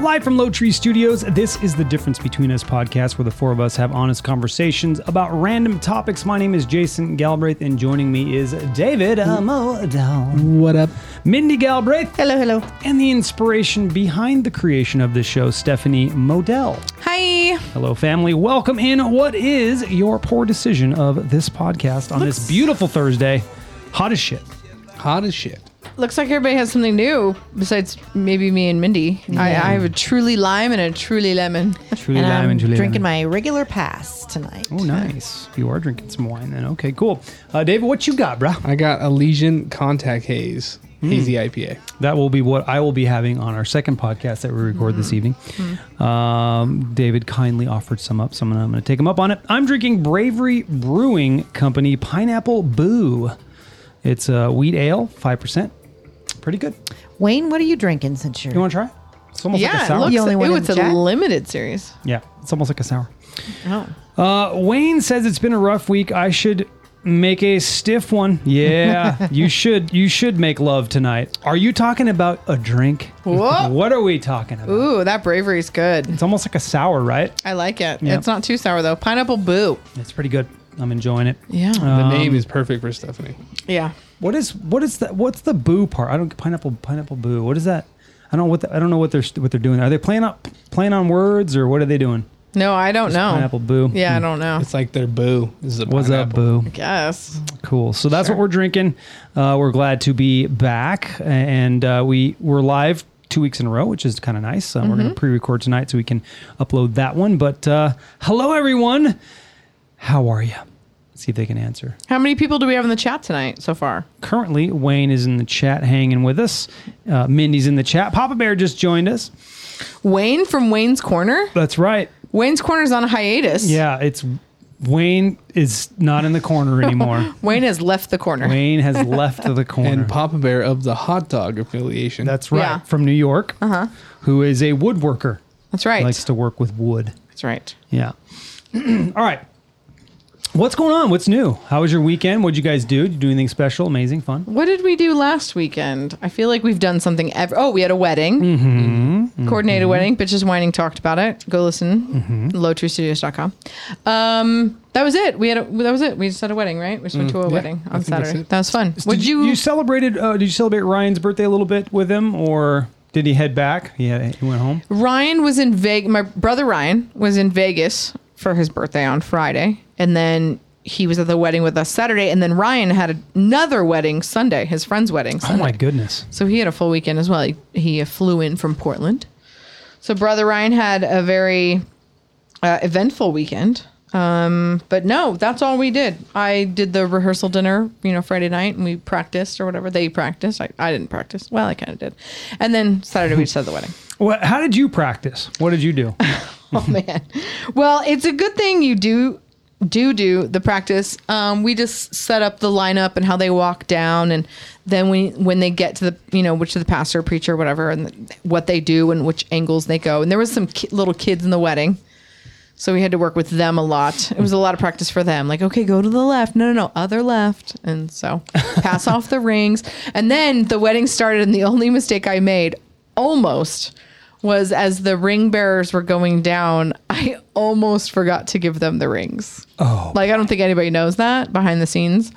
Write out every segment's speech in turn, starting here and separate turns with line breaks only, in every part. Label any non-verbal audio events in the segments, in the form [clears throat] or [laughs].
Live from Low Tree Studios, this is the Difference Between Us podcast where the four of us have honest conversations about random topics. My name is Jason Galbraith, and joining me is David Amodal,
What up?
Mindy Galbraith,
Hello, hello.
and the inspiration behind the creation of this show, Stephanie Modell.
Hi.
Hello, family. Welcome in. What is your poor decision of this podcast on this beautiful Thursday? Hot as shit.
Hot as shit.
Looks like everybody has something new besides maybe me and Mindy. I, I have a truly lime and a truly lemon.
Truly
and
lime
I'm
and Julia
drinking
lemon.
my regular pass tonight.
Oh, nice. You are drinking some wine then. Okay, cool. Uh, David, what you got, bruh?
I got Elysian Contact Haze,
Hmm.
hazy IPA.
That will be what I will be having on our second podcast that we record
Hmm.
this evening. Um, David kindly offered some up, so I'm going to take him up on it. I'm drinking Bravery Brewing Company Pineapple Boo. It's a wheat ale, 5%. Pretty good.
Wayne, what are you drinking since you're?
You want to try? it? It's almost like a
Yeah, it
sour.
looks
The only one
ooh,
in
it's a
Jack?
limited series.
yeah, it's almost like a sour.
Oh.
Uh, Wayne says it's been a rough week. I should make a stiff one.
[laughs]
Yeah, you should. You should make love tonight. Are you talking about a drink?
Whoa.
What are we talking about?
Ooh, that bravery's good.
It's almost like a sour, right?
I like it.
Yep.
It's not too sour though. Pineapple boo.
It's pretty good. I'm enjoying it.
Yeah.
The
Um,
name is perfect for Stephanie.
yeah.
What is what is that? What's the boo part? I don't pineapple pineapple boo. What is that? I don't know what the, I don't know what they're what they're doing. Are they playing up playing on words or what are they doing?
No, I don't know.
Pineapple boo.
Yeah, I don't know.
It's like their boo. This is a
What's up,
pineapple.
boo?
Guess.
Cool. So that's what we're drinking. Uh, we're glad to be back, and uh, we we're live two weeks in a row, which is kind of nice. Um, We're
Mm-hmm.
going to pre-record tonight so we can upload that one. But uh, hello, everyone. How are you? Let's see if they can answer.
How many people do we have in the chat tonight so far?
Currently, Wayne is in the chat hanging with us. Uh, Mindy's in the chat. Papa Bear just joined us.
Wayne from Wayne's Corner.
That's right.
Wayne's Corner's on a hiatus.
Yeah, it's Wayne is not in the corner [laughs] anymore.
Wayne has left the corner.
Wayne has left the corner.
And Papa Bear of the hot dog affiliation.
That's right.
Yeah.
From New York, uh-huh. who is a woodworker.
That's right.
Likes to work with wood.
That's right.
Yeah. [clears throat] All right. What's going on? What's new? How was your weekend? What'd you guys do? Did you do anything special? Amazing, fun?
What did we do last weekend? I feel like we've done something. Ev- oh, we had a wedding,
Mm-hmm.
coordinated wedding. Bitches whining talked about it. Go listen, mm-hmm. lowtreestudios.com. Um, that was it. We had a, that was it. We just had a wedding, right? We just went to a wedding
Mm, I
on
think that's
Saturday.
it.
That was fun. Would
did
you?
You celebrated? Uh, did you celebrate Ryan's birthday a little bit with him, or did he head back? Yeah, he went home.
Ryan was in Vegas. My brother Ryan was in Vegas for his birthday on Friday, and then he was at the wedding with us Saturday, and then Ryan had another wedding Sunday, his friend's wedding.
Oh
Sunday.
my goodness!
So he had a full weekend as well. He, he flew in from Portland. So brother Ryan had a very uh, eventful weekend. Um, but no, that's all we did. I did the rehearsal dinner, you know, Friday night, and we practiced or whatever. They practiced. I, I didn't practice. Well, I kind of did. And then Saturday we just had the wedding.
What? How did you practice? What did you do?
[laughs] Oh man. Well, it's a good thing you do do do the practice. Um, we just set up the lineup and how they walk down, and then when when they get to the you know which of the pastor, preacher, whatever, and what they do and which angles they go. And there was some ki- little kids in the wedding. So we had to work with them a lot. It was a lot of practice for them. Like, okay, go to the left. No, no, no, other left. And so pass off the rings. And then the wedding started, and the only mistake I made almost was as the ring bearers were going down, I almost forgot to give them the rings.
Oh.
Like, I don't think anybody knows that behind the scenes.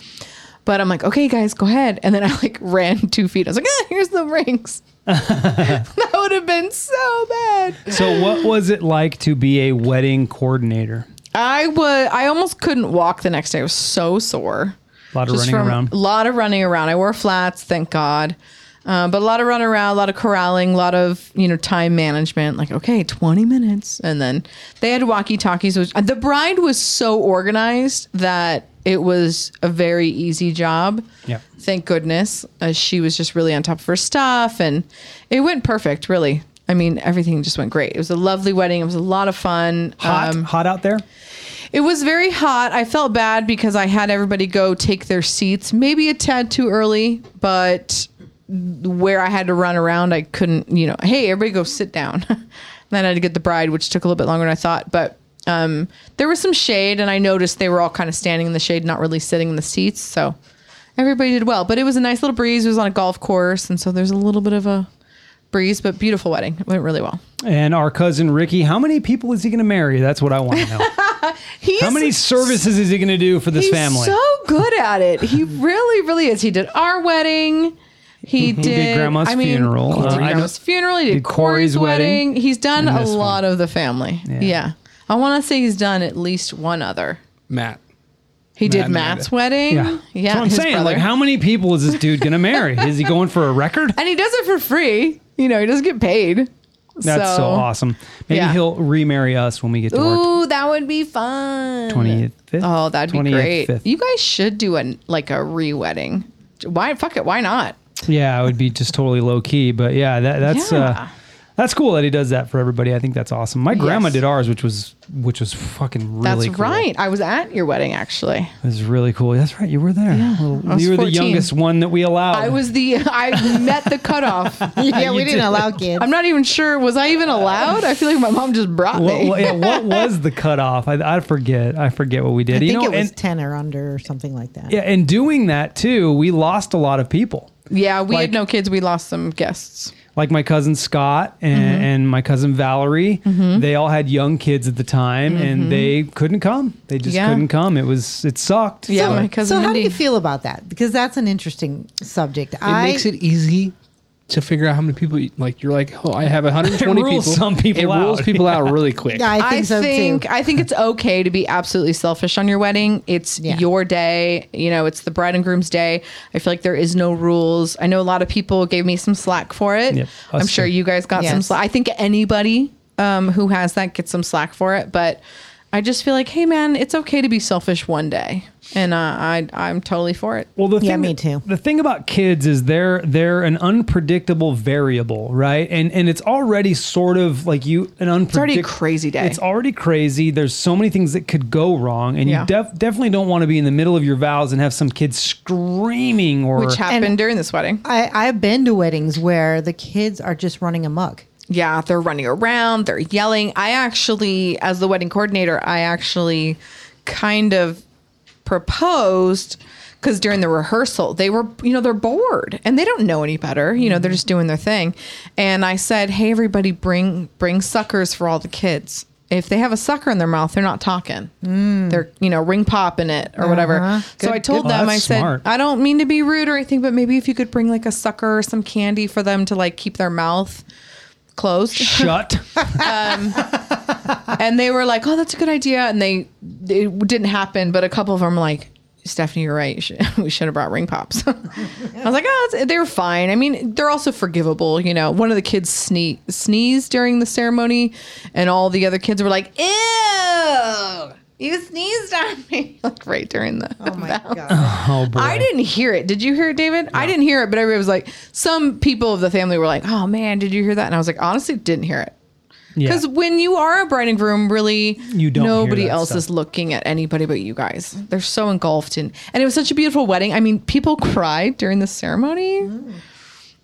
But I'm like, okay, guys, go ahead. And then I like [laughs] ran two feet. I was like, ah, here's the rings. [laughs] that would have been so bad.
[laughs] so, what was it like to be a wedding coordinator?
I was I almost couldn't walk the next day. I was so sore.
A lot of running around.
A lot of running around. I wore flats, thank God. Uh, but a lot of running around, a lot of corralling, a lot of you know time management. Like okay, twenty minutes, and then they had walkie talkies. Which the bride was so organized that it was a very easy job.
Yeah.
Thank goodness, uh, she was just really on top of her stuff, and it went perfect. Really, I mean, everything just went great. It was a lovely wedding. It was a lot of fun. Um,
Hot, hot out there.
It was very hot. I felt bad because I had everybody go take their seats, maybe a tad too early, but where I had to run around, I couldn't, you know, hey, everybody go sit down. [laughs] and then I had to get the bride, which took a little bit longer than I thought. But um, there was some shade, and I noticed they were all kind of standing in the shade, not really sitting in the seats. So everybody did well. But it was a nice little breeze. It was on a golf course. And so there's a little bit of a breeze, but beautiful wedding. It went really well.
And our cousin Ricky, how many people is he going to marry? That's what I want to
[laughs]
know.
He's,
how many services is he going to do for this
he's
family?
so good at it.
[laughs]
He really, really is. He did our wedding. He did,
Grandma's
I mean,
funeral.
He
Uh, I
did
know-
grandma's funeral. He did,
did Corey's
Corey's, wedding.
wedding.
He's done
And
a
this one.
lot of the family.
Yeah.
Yeah. I want to say he's done at least one other.
Matt.
He
Matt
did
and
Matt's
Amanda.
wedding.
yeah,
Yeah.
That's what I'm
his
saying.
brother.
Like, how many people is this dude going to marry? is he going for a
[laughs]
record?
and he does it for free. You know, he doesn't get paid.
That's so, awesome. Maybe
yeah.
he'll remarry us when we get to our
Ooh, that would be fun.
25th.
Oh, that'd be great.
25th.
You guys should do a like a re-wedding. Why fuck it, why not?
Yeah, it would be just totally low key, but yeah, that, that's uh,
Yeah.
that's cool that he does that for everybody. I think that's awesome. My grandma
Yes.
did ours, which was which was fucking really
That's
cool.
right. I was at your wedding actually.
It was really cool. That's right, you were there. Well,
I was
you were the
14.
youngest one that we allowed.
I was the I met the cutoff.
yeah, we
You
didn't
did.
[laughs] allow kids.
I'm not even sure was I even allowed? I feel like my mom just brought
What,
me.
what- yeah,
[laughs]
what was the cutoff? I, I forget. I forget what we did.
I
you
think
know,
it was
and,
ten or under or something like that.
yeah, and doing that too, we lost a lot of people.
Yeah, we
Like-
had no kids. We lost some guests.
like my cousin Scott
Mm-hmm.
and, and my cousin Valerie, they all had young kids at the time and they couldn't come. They just
Mm-hmm. Yeah.
couldn't come. It was it sucked.
Yeah,
So-
my cousin.
So how do you
Mindy.
feel about that? Because that's an interesting subject.
It
I
makes it easy to figure out how many people. You, like you're like, oh, I have
[laughs]
120
It rules
people.
some people
It rules
out. [laughs]
people out really quick.
I
I
think so
think
too.
I think it's okay to be absolutely selfish on your wedding. It's
Yeah.
your day. You know, it's the bride and groom's day. I feel like there is no rules. I know a lot of people gave me some slack for it.
Yep, us
I'm sure
too.
you guys got some
Yes.
slack. I think anybody um, who has that gets some slack for it. But I just feel like, hey man, it's okay to be selfish one day, and uh, I I'm totally for it.
Well, the
Yeah,
thing
me
that-
too.
The thing about kids is they're they're an unpredictable variable, right? And and it's already sort of like you an unpredictable.
already a crazy day.
It's already crazy. There's so many things that could go wrong, and
Yeah.
you def- definitely don't want to be in the middle of your vows and have some kid screaming or
Which happened during this wedding.
I, I've been to weddings where the kids are just running amok.
yeah, they're running around, they're yelling. I actually, as the wedding coordinator, I actually kind of proposed because during the rehearsal, they were, you know, they're bored and they don't know any better. You know, they're just doing their thing. And I said, hey, everybody, bring bring suckers for all the kids. If they have a sucker in their mouth, they're not talking. They're, you know, ring popping it or
Mm. Uh-huh.
whatever. So
Good-
I told
good-
them,
Well,
I
that's
said,
smart.
I don't mean to be rude or anything, but maybe if you could bring like a sucker or some candy for them to like keep their mouth closed
shut.
[laughs] and they were like, "Oh, that's a good idea," and they it didn't happen. But a couple of them were like, "Stephanie, you're right. You should- [laughs] We should have brought ring pops." [laughs] I was like, "Oh, it's, they were fine. I mean, they're also forgivable." You know, one of the kids sne- sneezed during the ceremony, and all the other kids were like, "Ew." You sneezed on me, [laughs] like right during the.
Oh my god!
oh boy.
[laughs] I didn't hear it. Did you hear it, David? I didn't hear it, but everybody was like, some people of the family were like, "Oh man, did you hear that?" And I was like, honestly, didn't hear it.
Yeah.
Because when you are a bride and groom, really,
You don't hear
nobody
that
else
stuff.
is looking at anybody but you guys. They're so engulfed in, and it was such a beautiful wedding. I mean, people cried during the ceremony.
Mm.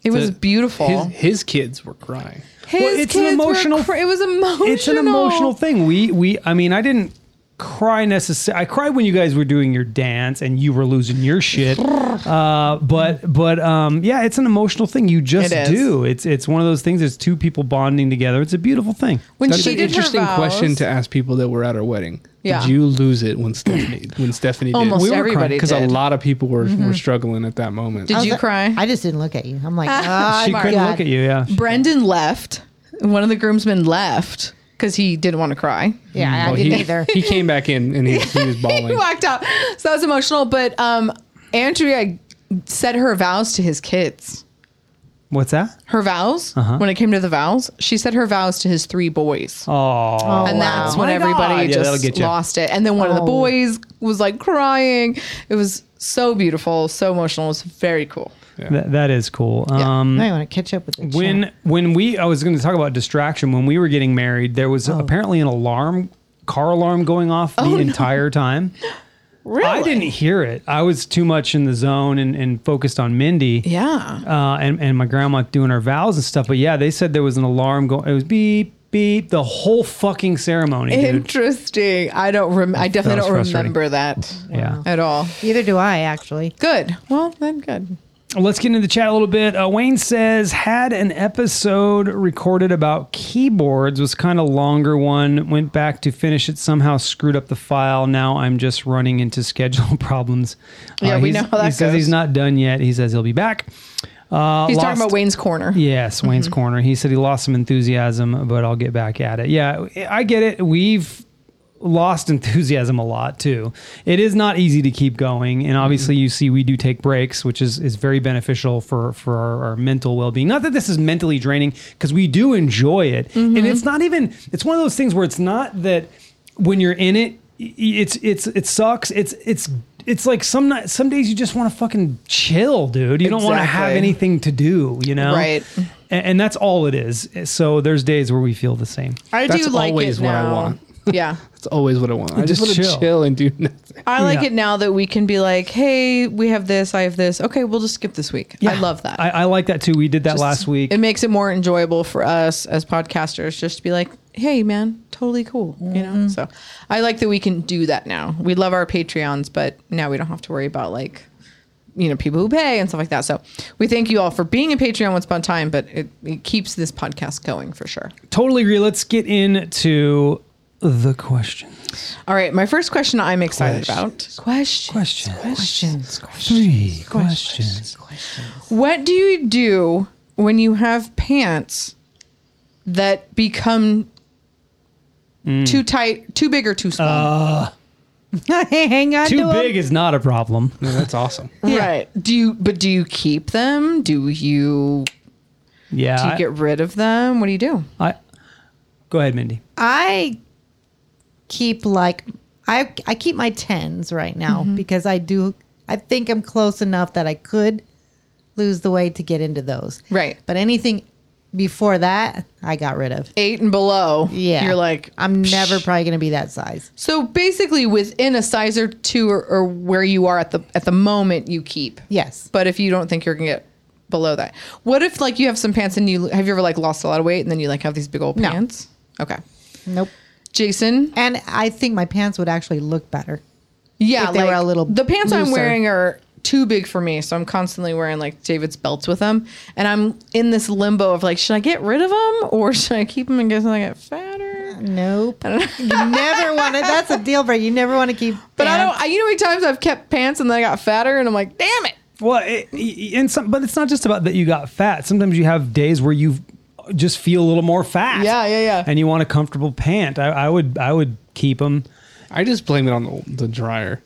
It was beautiful.
His,
His,
his kids were crying.
Well, it's an
kids were
emotional-
cr- it was emotional.
it's an emotional thing. We we I mean I didn't cry necessarily. I cried when you guys were doing your dance and you were losing your
[laughs]
shit. Uh, but but um, yeah, it's an emotional thing. You just
It is.
do. It's it's one of those things. It's two people bonding together. It's a beautiful thing.
When
That's
she
an
did
interesting
her vows,
question to ask people that were at our wedding.
Yeah.
Did you lose it when Stephanie when Stephanie did?
Almost everybody
because a
did. Mm-hmm.
lot of people were were struggling at that moment.
Did you cry?
I just didn't look at you. I'm like, oh,
she
my
couldn't
God.
look at you. Yeah.
Brendan left. One of the groomsmen left because he didn't want to cry.
Yeah, I
Oh,
Well,
didn't
he,
either.
he came back in and he,
[laughs]
he was
he
bawling.
walked out. So that was emotional. But um, Andrea said her vows to his kids.
What's that?
her vows
Uh-huh.
when it came to the vows she said her vows to his three boys
[laughs] Oh.
and
wow.
that's when
My God.
everybody
Yeah, that'll
just
get you.
lost it and then one of the
Oh.
boys was like crying it was so beautiful so emotional it was very cool
That, that is cool.
Yeah.
Um,
I want to catch up with the
when
chat.
when we I was going to talk about distraction when we were getting
Oh.
married there was apparently an alarm car alarm going off the entire time
[laughs] Really?
I didn't hear it. I was too much in the zone and, and focused on Mindy.
Yeah.
Uh, and, and my grandma doing her vows and stuff. But yeah, they said there was an alarm going. It was beep, beep, the whole fucking ceremony, dude.
Interesting. I don't. Rem- I definitely
was
don't
frustrating.
remember that.
Yeah.
At all.
Neither do I, actually.
Good. Well, then good.
Let's get into the chat a little bit. Uh, Wayne says, had an episode recorded about keyboards, was kind of longer one, went back to finish it, somehow screwed up the file. Now I'm just running into schedule [laughs] problems. Uh,
Yeah, we
he's-
know how that
He says
goes.
he's not done yet. He says he'll be back. Uh,
He's
lost-
talking about Wayne's Corner.
Yes, Wayne's Corner. He said he lost some enthusiasm, but I'll get back at it. Yeah, I get it. We've lost [laughs] enthusiasm a lot too. It is not easy to keep going, and obviously, you see, we do take breaks, which is is very beneficial for for our, our mental well being. Not that this is mentally draining, because we do enjoy it, and it's not even. It's one of those things where it's not that when you're in it, y- it's it's it sucks. It's it's. It's like some night, some days you just want to fucking chill, dude. You don't want to have
Exactly.
anything to do, you know? know?
Right.
A- And, that's all it is. So there's days where we feel the same.
I
That's
do like
always
it
what I
now.
want.
[laughs]
yeah.
That's always what I want. I just,
Just
want
chill.
to chill and do nothing.
I like
Yeah.
it now that we can be like, hey, we have this, I have this. Okay, we'll just skip this week. I love that.
I, I like that too. We did that
Just-
last week.
It makes it more enjoyable for us as podcasters just to be like, hey, man, totally cool. You
Mm-hmm.
know? So I like that we can do that now. We love our Patreons, but now we don't have to worry about like, you know, people who pay and stuff like that. So we thank you all for being a Patreon once upon a time, but it, it keeps this podcast going for sure.
totally agree. Let's get into the question.
All right. My first question I'm excited about. Question.
Question.
Questions.
Three questions.
What do you do when you have pants that become too tight, too big, or too
Uh,
small?
[laughs] Hang on
Too
to 'em.
big is not a problem.
No, that's awesome.
Right. Do you? But do you keep them? Do you?
[laughs] Yeah.
Do you
I-
get rid of them? What do you do?
I, go ahead, Mindy.
I keep like I I keep my tens right now because I do I think I'm close enough that I could lose the weight to get into those.
Right.
But anything before that, I got rid of.
Eight and below.
Yeah.
You're like.
I'm never probably going to be that size.
So basically, within a size or two, or, or where you are at the at the moment, you keep.
Yes.
But if you don't think you're gonna get below that, what if like you have some pants and you have you ever like lost a lot of weight and then you like have these big old
No.
pants? Okay.
Nope.
Jason,
And I think my pants would actually look better.
Yeah,
if they were a little
The pants I'm
looser.
wearing are too big for me, so I'm constantly wearing like David's belts with them, and I'm in this limbo of like, should I get rid of them or [laughs] should I keep them and get something get fatter?
Nope. [laughs] you never want to. That's a deal breaker. You never want to keep.
But I
pants.
don't. I, you know how many times I've kept pants and then I got fatter, and I'm like, damn it.
Well, it, it- and some, but it's not just about that you got fat. Sometimes you have days where you just feel a little more fat.
Yeah, yeah, yeah.
And you want a comfortable pant. I, I would, I would keep them.
I just blame it on the, the dryer.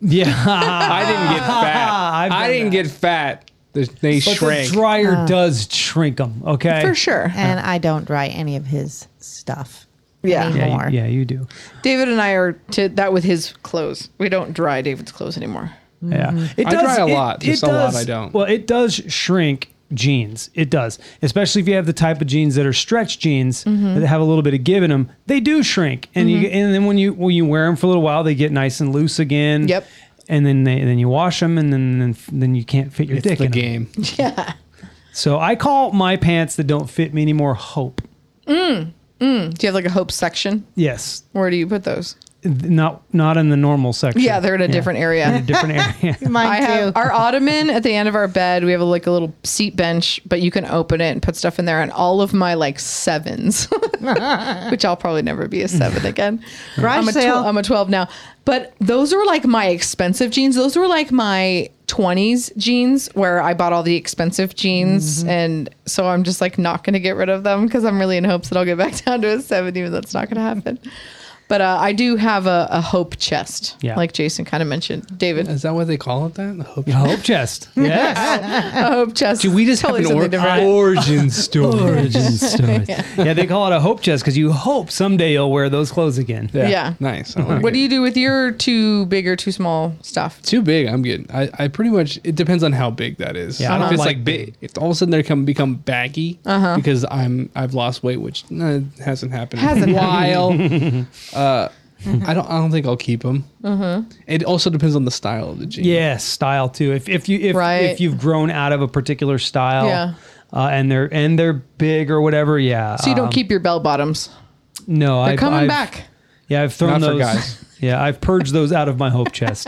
Yeah. [laughs]
I didn't get
I've
[laughs] fat. I
done
didn't get fat. They- They
But
shrank.
the dryer does shrink them. Okay.
For [laughs] sure.
And I don't dry any of his stuff
Yeah.
Yeah,
anymore.
you- yeah, you do.
David and I are to that with his clothes. We don't dry David's clothes anymore. Mm-hmm.
Yeah, it
I try a lot, just a lot I don't.
Well, it does shrink jeans. It does, especially if you have the type of jeans that are stretch jeans
Mm-hmm.
that have a little bit of give in them. They do shrink, and you and then when you when you wear them for a little while, they get nice and loose again.
Yep.
And then they then you wash them, and then then, then you can't fit your
It's
dick
the
in 'em.
game.
So I call my pants that don't fit me anymore hope.
Do you have like a hope section?
Yes,
Where do you put those?
not not in the normal section.
Yeah, they're in a different area.
In a different
[laughs]
area.
Mine
I have
too.
our ottoman at the end of our bed. We have a, like a little seat bench, but you can open it and put stuff in there. And all of my like sevens, [laughs] which I'll probably never be a seven again.
Garage
I'm a
sale.
I'm a twelve now. But those were like my expensive jeans. Those were like my twenties jeans where I bought all the expensive jeans,
Mm-hmm.
and so I'm just like not going to get rid of them because I'm really in hopes that I'll get back [laughs] down to a seven, even though that's not going to happen. But uh, I do have a, a hope chest,
Yeah.
like Jason kind of mentioned.
[laughs]
David,
Is that what they call it? That? I hope-
hope
[laughs]
chest. Yes.
I hope chest.
Do we just
totally
have an
something
or-
different.
origin
[laughs]
story?
origin stories. yeah. they call it a hope chest because you hope someday you'll wear those clothes again.
Yeah.
Nice. I like it.
What do you do with your too big or too small stuff?
too big i'm getting i, I pretty much it depends on how big that is
Yeah, I
if
don't
it's
like
like, big if all of a sudden they come become baggy because i'm i've lost weight which nah, hasn't happened
Hasn't
in a while uh I don't. I don't think I'll keep them. It also depends on the style of the gin.
Yes, style too. If if you if,
Right.
if you've grown out of a particular style,
Yeah.
uh, and they're and they're big or whatever, yeah.
So you don't
um,
keep your bell bottoms.
No,
They're
I've,
coming
I've-
back.
Yeah, I've thrown
Not for
those.
guys.
[laughs] Yeah, I've purged those out of my hope
[laughs]
chest.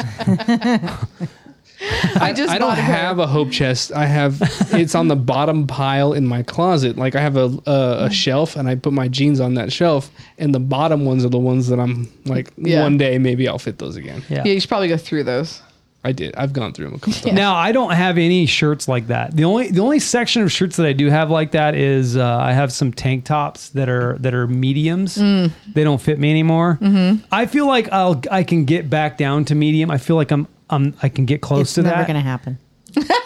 I just
I don't
bought a-
have a hope chest. I have it's on the bottom pile in my closet. Like I have a, a a shelf, and I put my jeans on that shelf, and the bottom ones are the ones that I'm like
Yeah.
one day maybe I'll fit those again.
Yeah.
Yeah, you should probably go through those.
I did. I've gone through them a couple times.
Now I don't have any shirts like that. The only the only section of shirts that I do have like that is uh, I have some tank tops that are that are mediums.
Mm.
They don't fit me anymore.
Mm-hmm.
I feel like I'll I can get back down to medium. I feel like I'm I'm I can get close
it's
to
never
that.
going to happen. [laughs]
bitch.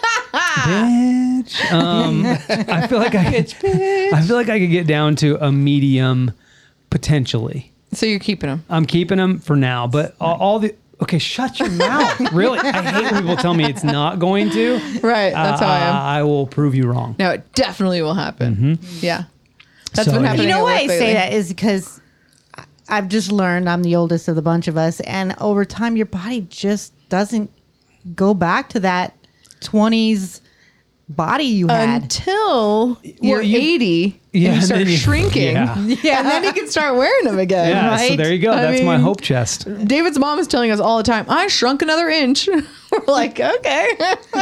Um, I feel like I could, [laughs] I feel like I could get down to a medium potentially.
So you're keeping them.
I'm keeping them for now, but all, all the okay, shut your
[laughs]
mouth. really, I hate when people tell me it's not going to. Uh,
Right. That's how I am.
I will prove you wrong.
No, it definitely will happen. Yeah. That's
Mm-hmm. So-
what happened.
happening
You know
to me
why I
lately.
say that is because I- I've just learned I'm the oldest of the bunch of us, and over time, your body just doesn't go back to that 20s body you had.
Until you're
you-
80
Yeah,
and you
and
start
then you-
shrinking.
yeah.
[laughs] And then you can start wearing them again.
Yeah, so
right?
there you go.
I
That's my
mean,
hope chest.
David's mom is telling us all the time, I shrunk another inch. [laughs] We're like, okay. [laughs]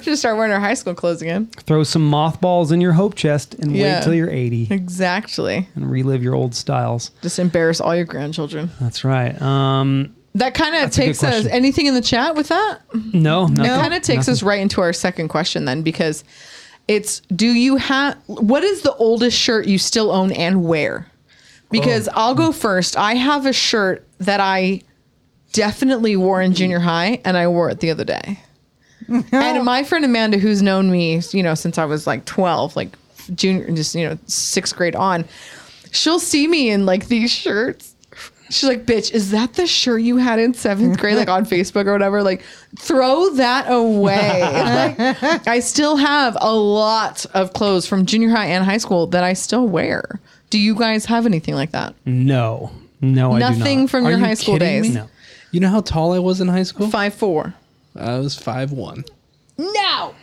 Just start wearing our high school clothes again.
Throw some mothballs in your hope chest and
Yeah.
wait till you're 80
Exactly.
and relive your old styles.
Just embarrass all your grandchildren.
That's right. Um,
That kind of
a good
takes us.
question.
Anything in the chat with that?
no, nothing.
It kind of takes us right into our second question then, because it's do you have what is the oldest shirt you still own and where? Because
Oh.
I'll go first. I have a shirt that I definitely wore in junior high, and I wore it the other day. and my friend Amanda, who's known me, you know, since I was like twelve, like junior, just you know, sixth grade on, she'll see me in like these shirts. She's like, "Bitch, is that the shirt you had in [laughs] seventh grade, like on Facebook or whatever? Like, throw that away." [laughs] Like, I still have a lot of clothes from junior high and high school that I still wear. Do you guys have anything like that?
No, no, I do
Nothing
not.
from your
you
high school
kidding
days.
me?
no.
You know how tall I was in high school?
Five four.
I was five one.
No.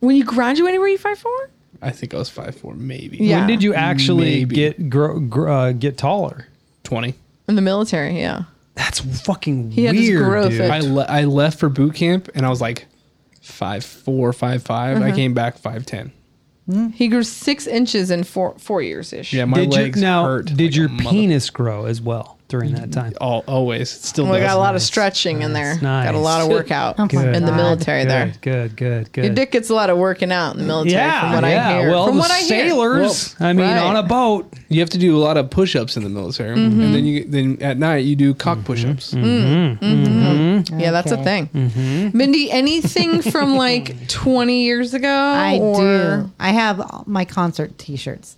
When you graduated, were you five four?
I think I was five four, maybe
Yeah.
When did you actually
Maybe.
get grow, gr- uh, get taller?
twenty.
In the military, yeah.
That's fucking
had his
weird,
growth
dude.
at-
I le- I left for boot camp, and I was like five four, five five.
Uh-huh.
I came back five ten.
He grew six inches in four four years ish.
Yeah, my
did
legs
you, now,
hurt.
Did
like a
your
mother-
penis grow as well during that time?
All always. It still
Well, I
does.
got a lot of stretching in there.
Nice, nice.
Got a lot of workout
Oh my
in the
God.
military
good,
there.
Good, good, good.
Your dick gets a lot of working out in the military,
yeah,
from what
yeah.
I hear.
Well,
from
the
what I hear.
sailors. I mean,
Right.
on a boat.
You have to do a lot of push-ups in the military,
Mm-hmm.
and then you then at night you do
Mm-hmm.
cock push-ups.
Yeah, that's a thing.
Mm-hmm.
Mindy,
[laughs]
anything from like 20 years ago?
I
or-
do. I have all my concert
[laughs]
T-shirts.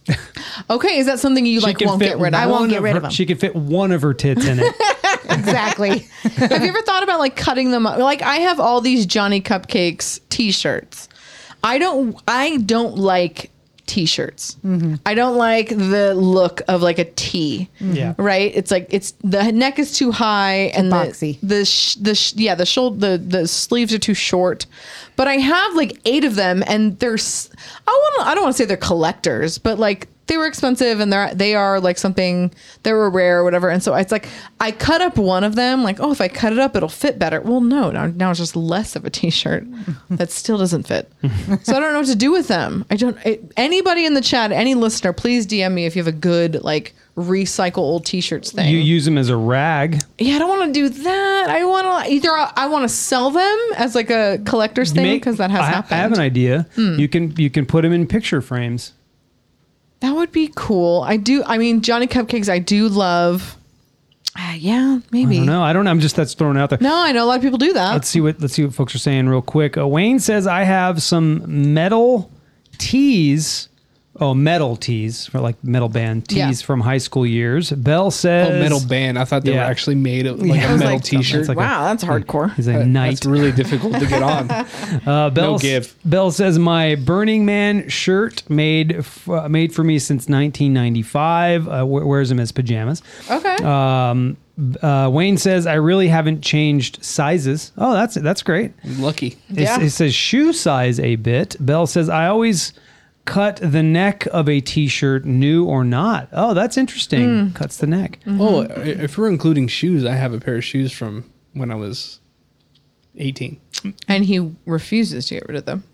Okay, is that something you like won't get rid of?
I won't
one
get rid of
her-
them.
She could fit one of her tits in
[laughs]
it.
exactly. [laughs]
Have you ever thought about like cutting them up? Like I have all these Johnny Cupcakes t-shirts. I don't I don't like t-shirts. I don't like the look of like a T.
Yeah.
Right? It's like it's the neck is too high and
boxy.
the the sh- the sh- yeah, the shoulder the the sleeves are too short. But I have like 8 of them and they're s- I want to I don't want to say they're collectors, but like they were expensive and they're they are like something they were rare or whatever and so it's like i cut up one of them like oh if i cut it up it'll fit better well no now, now it's just less of a t-shirt that still doesn't fit so i don't know what to do with them i don't it, anybody in the chat any listener please dm me if you have a good like recycle old t-shirts thing
You use them as a rag.
yeah i don't want to do that i want to either i, I want to sell them as like a collector's thing
Make-
because that has
I,
happened Hmm.
I have an idea. You can you can put them in picture frames.
That would be cool. I do. I mean, Johnny Cupcakes. I do love. Uh, yeah,
I
maybe.
don't know. I don't know. I'm just that's thrown out there.
No, I know a lot of people do that.
Let's see what let's see what folks are saying real quick. Uh, Wayne says I have some metal tees Oh, metal tees, for like metal band tees
Yeah.
from high school years. Bell says,
Oh, metal band. I thought they
Yeah.
were actually made of like
Yeah.
a
I was
metal
like,
T-shirt.
It's like
wow, that's hardcore.
He's a
That-
knight.
That's really difficult to get on.
[laughs]
Uh, Bell,
No
s-
give.
Bell says my Burning Man shirt made f- uh, made for me since 1995. Uh, we- wears them as pajamas.
Okay.
Um, uh, Wayne says I really haven't changed sizes. Oh, that's that's great.
Lucky.
It,
Yeah.
it says shoe size a bit. Bell says I always cut the neck of a t-shirt, new or not. Oh, that's interesting.
Hmm.
Cuts the neck.
Oh,
Mm-hmm.
i- if we're including shoes, I have a pair of shoes from when I was eighteen.
and he refuses to get rid of them.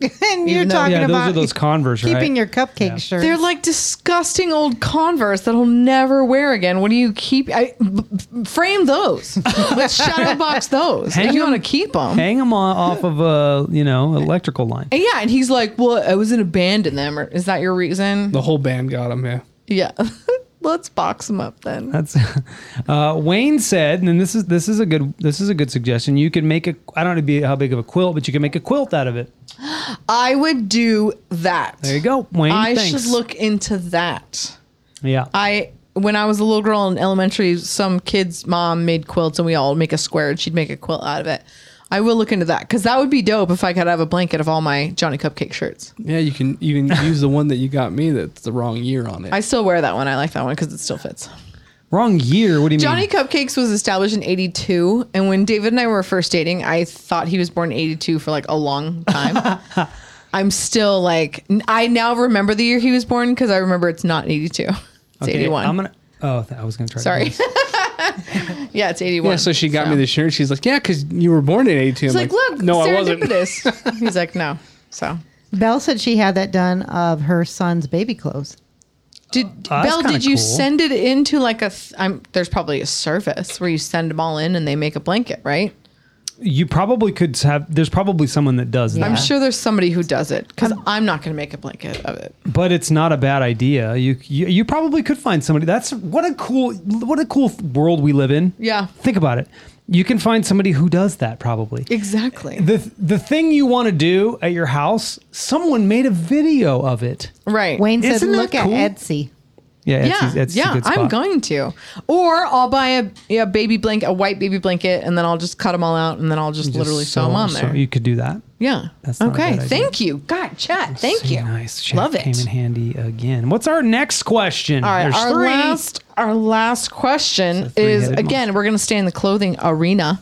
and you're
Even though-
talking
Yeah, those
about
are those Converse,
keeping
right?
your cupcake
Yeah.
shirt.
They're like disgusting old Converse that he'll never wear again. What do you keep? I, b- b- frame those. Let's
[laughs]
shadow box those.
Hang
if you
'em.
want to keep them.
Hang them off of a you know electrical line.
And yeah, and he's like, "Well, I was in a band in them. Or, is that your reason?"
The whole band got them. Yeah.
Yeah. [laughs] Let's box them up then.
That's [laughs] uh, Wayne said, and this is this is a good this is a good suggestion. You can make a I don't know be how big of a quilt, but you can make a quilt out of it.
I would do that.
There you go, Wayne.
I
thanks.
should look into that.
Yeah,
I when I was a little girl in elementary, some kid's mom made quilts and we all make a square and she'd make a quilt out of it. I will look into that because that would be dope if I could have a blanket of all my Johnny Cupcake shirts.
Yeah, you can even use the one that you got me. That's the wrong year on it.
I still wear that one. I like that one because it still fits.
wrong year. What do you
Johnny
mean?
Cupcakes was established in 82. And when David and I were first dating, I thought he was born in 82 for like a long
[laughs]
time. I'm still like, n- I now remember the year he was born because I remember it's not 82. It's 81.
I'm gonna. Oh, I was gonna try. to
[laughs]
Sorry. [laughs]
do this.
yeah, it's 81.
yeah, so she got me the shirt. She's like, "Yeah, because you were born in '82."
He's like, look,
no, I wasn't."
serendipitous. [laughs] He's like, no. So,
Belle said she had that done of her son's baby clothes.
did
Oh,
that's
Belle?
kinda
Did you
cool.
send it into like a? Th- I'm, there's probably a service where you send them all in and they make a blanket, right?
You probably could have. There's probably someone that does that,
I'm sure there's somebody who does it because
Um,
I'm not going to make a blanket of it.
but it's not a bad idea. You, you you probably could find somebody. That's what a cool what a cool world we live in.
Yeah.
think about it. You can find somebody who does that probably.
Exactly.
the the thing you want to do at your house, someone made a video of it.
right.
Wayne said,
Isn't that
"Look at
cool?
Etsy."
Yeah,
Yeah,
Etsy's- Etsy's a
yeah,
good
I'm
spot.
going to, or I'll buy a, yeah, baby blanket, a white baby blanket, and then I'll just cut them all out, and then I'll just,
Just
literally sew them
so-
on
so
there.
you could do that.
yeah,
That's not a
okay.
bad idea.
Thank you, God, chat. Thank
So
you.
Nice. Chef
Love it.
Came in handy again. What's our next question?
All right,
There's
our
three.
last our last question
It's a
is
three-headed
again we're going to stay in the clothing arena.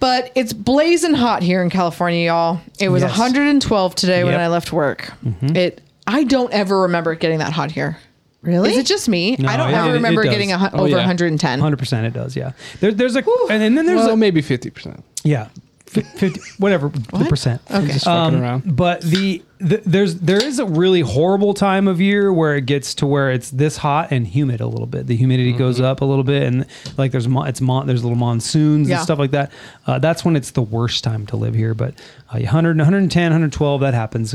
But it's blazing hot here in California, y'all. It was
Yes.
112 today when
Yep. Mm-hmm.
I left work. It I don't ever remember it getting that hot here.
Really?
Is it just me?
No,
I don't
it-
ever
it- it
remember
does.
getting a, hun-
Oh,
over
yeah.
110.
100% it does, yeah. There, there's a, and, then there's
Well,
a,
maybe fifty percent.
yeah, fif- 50, whatever, the percent.
Okay.
Just fucking
Um,
around.
But the, the there's there is a really horrible time of year where it gets to where it's this hot and humid a little bit. The humidity
Mm-hmm.
goes up a little bit, and like there's mon- it's mon- there's little monsoons
Yeah.
and stuff like that. Uh, that's when it's the worst time to live here. But uh, 100, 110, 112, that happens.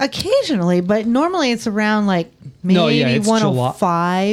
Occasionally, but normally it's around like maybe
No, yeah, it's July.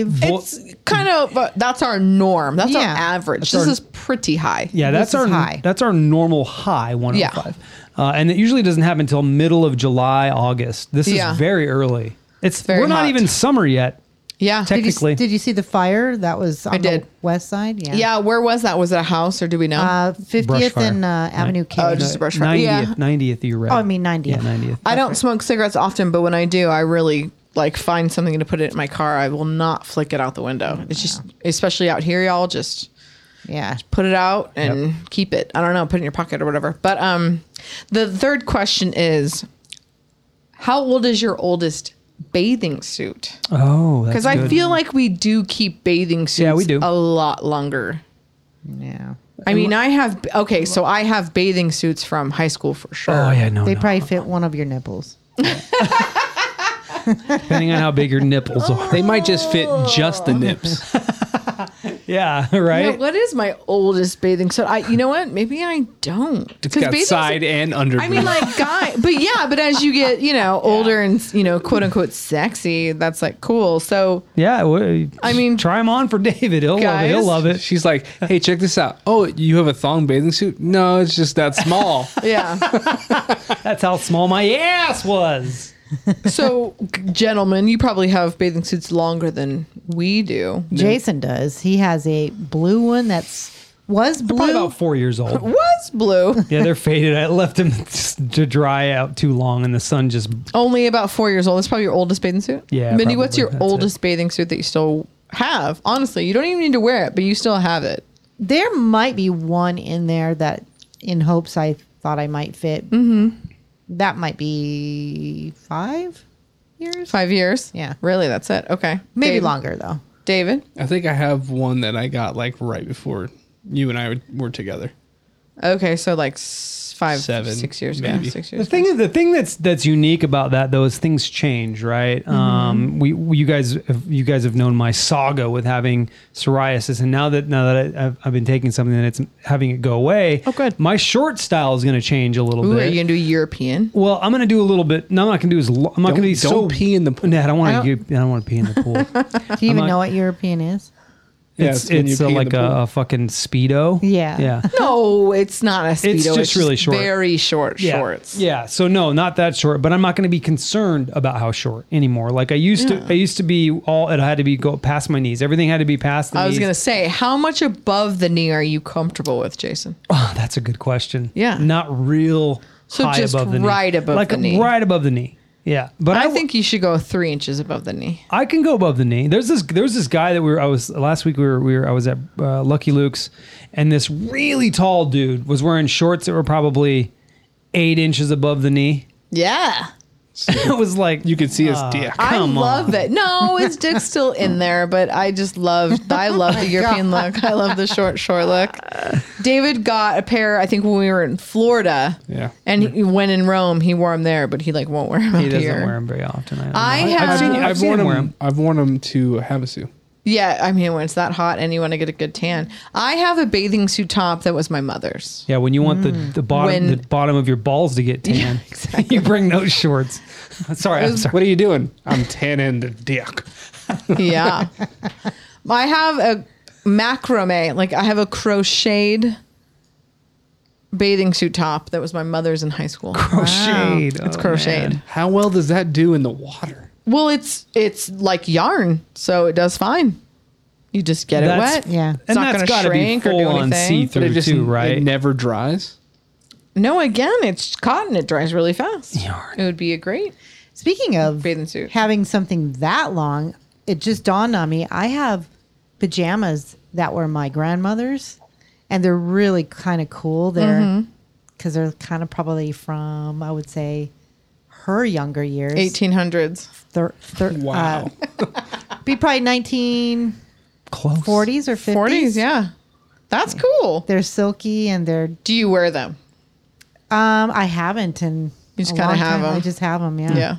105.
It's kind of but that's our norm. That's our
Yeah.
average.
our-
this is pretty high.
Yeah, that's
This
our
is high.
that's our normal high 105. Uh, and it usually doesn't happen until middle of July, August. This
Yeah.
is very early. It's
very
we're not
hot.
even summer yet.
Yeah.
Did you,
Technically.
did you see the fire that was on
did.
the west side? Yeah.
yeah, where was that? Was it a house or do we know?
Uh, 50th
fire.
and uh, Avenue K.
Oh, just a brush fire. Yeah.
90th, 90th you read.
Oh, I mean 90th.
Yeah, 90th.
I don't smoke cigarettes often, but when I do, I really like find something to put it in my car. I will not flick it out the window. It's just, especially out here, y'all just
yeah.
put it out and keep it. I don't know, put it in your pocket or whatever. But um, the third question is, how old is your oldest bathing suit?
Oh, that's
Because I
good.
feel like we do keep bathing suits.
Yeah, we do.
a lot longer.
Yeah.
I mean, I have okay, so I have bathing suits from high school for sure.
Oh yeah, no.
They
no.
probably fit one of your nipples.
depending on how big your nipples
Oh.
are.
They might just fit just the
[laughs]
nips.
Yeah,
Yeah,
right.
what is my oldest bathing suit? I, you know what? Maybe I don't.
It's
'Cause
got
bathing
side
suit-
and under.
I mean,
[laughs]
like guy, but yeah, but as you get, you know, older and you know, quote unquote, sexy, that's like cool. So
yeah, well,
I mean-
try them on for David. He'll love it. He'll
Guys?
love it.
[laughs] She's like, "Hey, check this out. Oh, you have a thong bathing suit?
[laughs]
[laughs]
No, it's just that small."
yeah,
That's how small my ass was.
So, g- gentlemen, you probably have bathing suits longer than we do.
Jason does. He has a blue one that's was
Probably
blue.
about four years old.
Was
[laughs]
blue
Yeah, they're faded. I left them [laughs] just to dry out too long, and the sun just
only about four years old. That's probably your oldest bathing suit.
Yeah,
Mindy, what's
probably.
your
That's it.
oldest bathing suit that you still have? Honestly, you don't even need to wear it, but you still have it.
There might be one in there that, in hopes, I thought I might fit. Mm-hmm. That might be five years,
Five years.
Yeah.
Really? That's it. Okay.
maybe
Dave-
longer though.
David.
I think I have one that I got like right before you and I were- were together.
Okay. So, like s- five,
Seven,
six years ago.
maybe.
Six
The
years
thing, the thing that's that's unique about that though is things change, right?
Mm-hmm.
Um, we, we you guys have, you guys have known my saga with having psoriasis, and now that now that I, I've, I've been taking something and it's having it go away,
Oh, good.
My short style is going to change a little
Ooh, are
bit.
you going to do European?
well, I'm going to do a little bit. No, I'm not going to do as. Lo- I'm not going to be so
Don't- don't pee in the pool.
Nah, I don't want
I
to. I don't want to pee in the
[laughs]
pool.
Do you even
not-
know what European is?
it's
when you
it's uh,
pee in
like
the pool.
a, a fucking speedo.
[laughs]
Yeah.
yeah.
No, it's not a speedo.
It's just really short.
Very short
yeah.
shorts.
Yeah. So no, not that short, but I'm not going to be concerned about how short anymore. Like I used to, I used to be all, it had to be go past my knees. Everything had to be past the
I was
knees.
going to say, how much above the knee are you comfortable with, Jason?
Oh, that's a good question.
Yeah.
Not real
So
high
just
above the knee.
right above
like
the knee.
Right above the knee. Yeah. But I,
I
w-
think you should go three inches above the knee.
I can go above the knee. There's this there's this guy that we were I was last week we were we were I was at uh, Lucky Luke's and this really tall dude was wearing shorts that were probably 8 inches above the knee. [laughs]
Yeah.
it was like
You could see his dick.
I
Come
love it. No, his dick's still in there, but I just love I love the European look. I love the short short look. David got a pair, I think when we were in Florida.
Yeah.
And he, when in Rome, he wore them there, but he like won't wear them
He
up
doesn't
here.
wear them very often. I, don't
I
know.
have-
I've seen,
I've
I've
I've
seen
worn
him wear
them.
'em.
I've worn them to Havasu.
Yeah, I mean when it's that hot and you want to get a good tan. I have a bathing suit top that was my mother's.
Yeah, when you want the, the bottom
Mm. When-
the bottom of your balls to get tan, [laughs] you bring those shorts. [laughs] sorry, I'm sorry.
What are you doing? I'm tanning the dick.
yeah. I have a macrame, like I have a crocheted bathing suit top that was my mother's in high school.
Crocheted.
It's
Oh,
crocheted.
man.
How well does that do in the water?
Well, it's it's like yarn, so it does fine. You just get
That's-
it wet.
Yeah.
It's
And
not
that's
going to
gotta be
shrink or do
full on
anything.
see-through too, right?
It never dries.
No, again, it's cotton. It dries really fast.
Yarn.
It would be a great.
Speaking of
Bathing suit.
having something that long, it just dawned on me. I have pajamas that were my grandmother's, and they're really kind of cool.
Mm-hmm.
They're because they're kind of probably from I would say her younger years.
1800s.
Thir- thir-
Wow.
uh, [laughs] be probably nineteen
Close.
forties or 50s.
40s, yeah. That's cool.
They're silky and they're.
Do you wear them?
Um, I haven't and
You just kinda have
I
'em.
just have them. Yeah.
Yeah.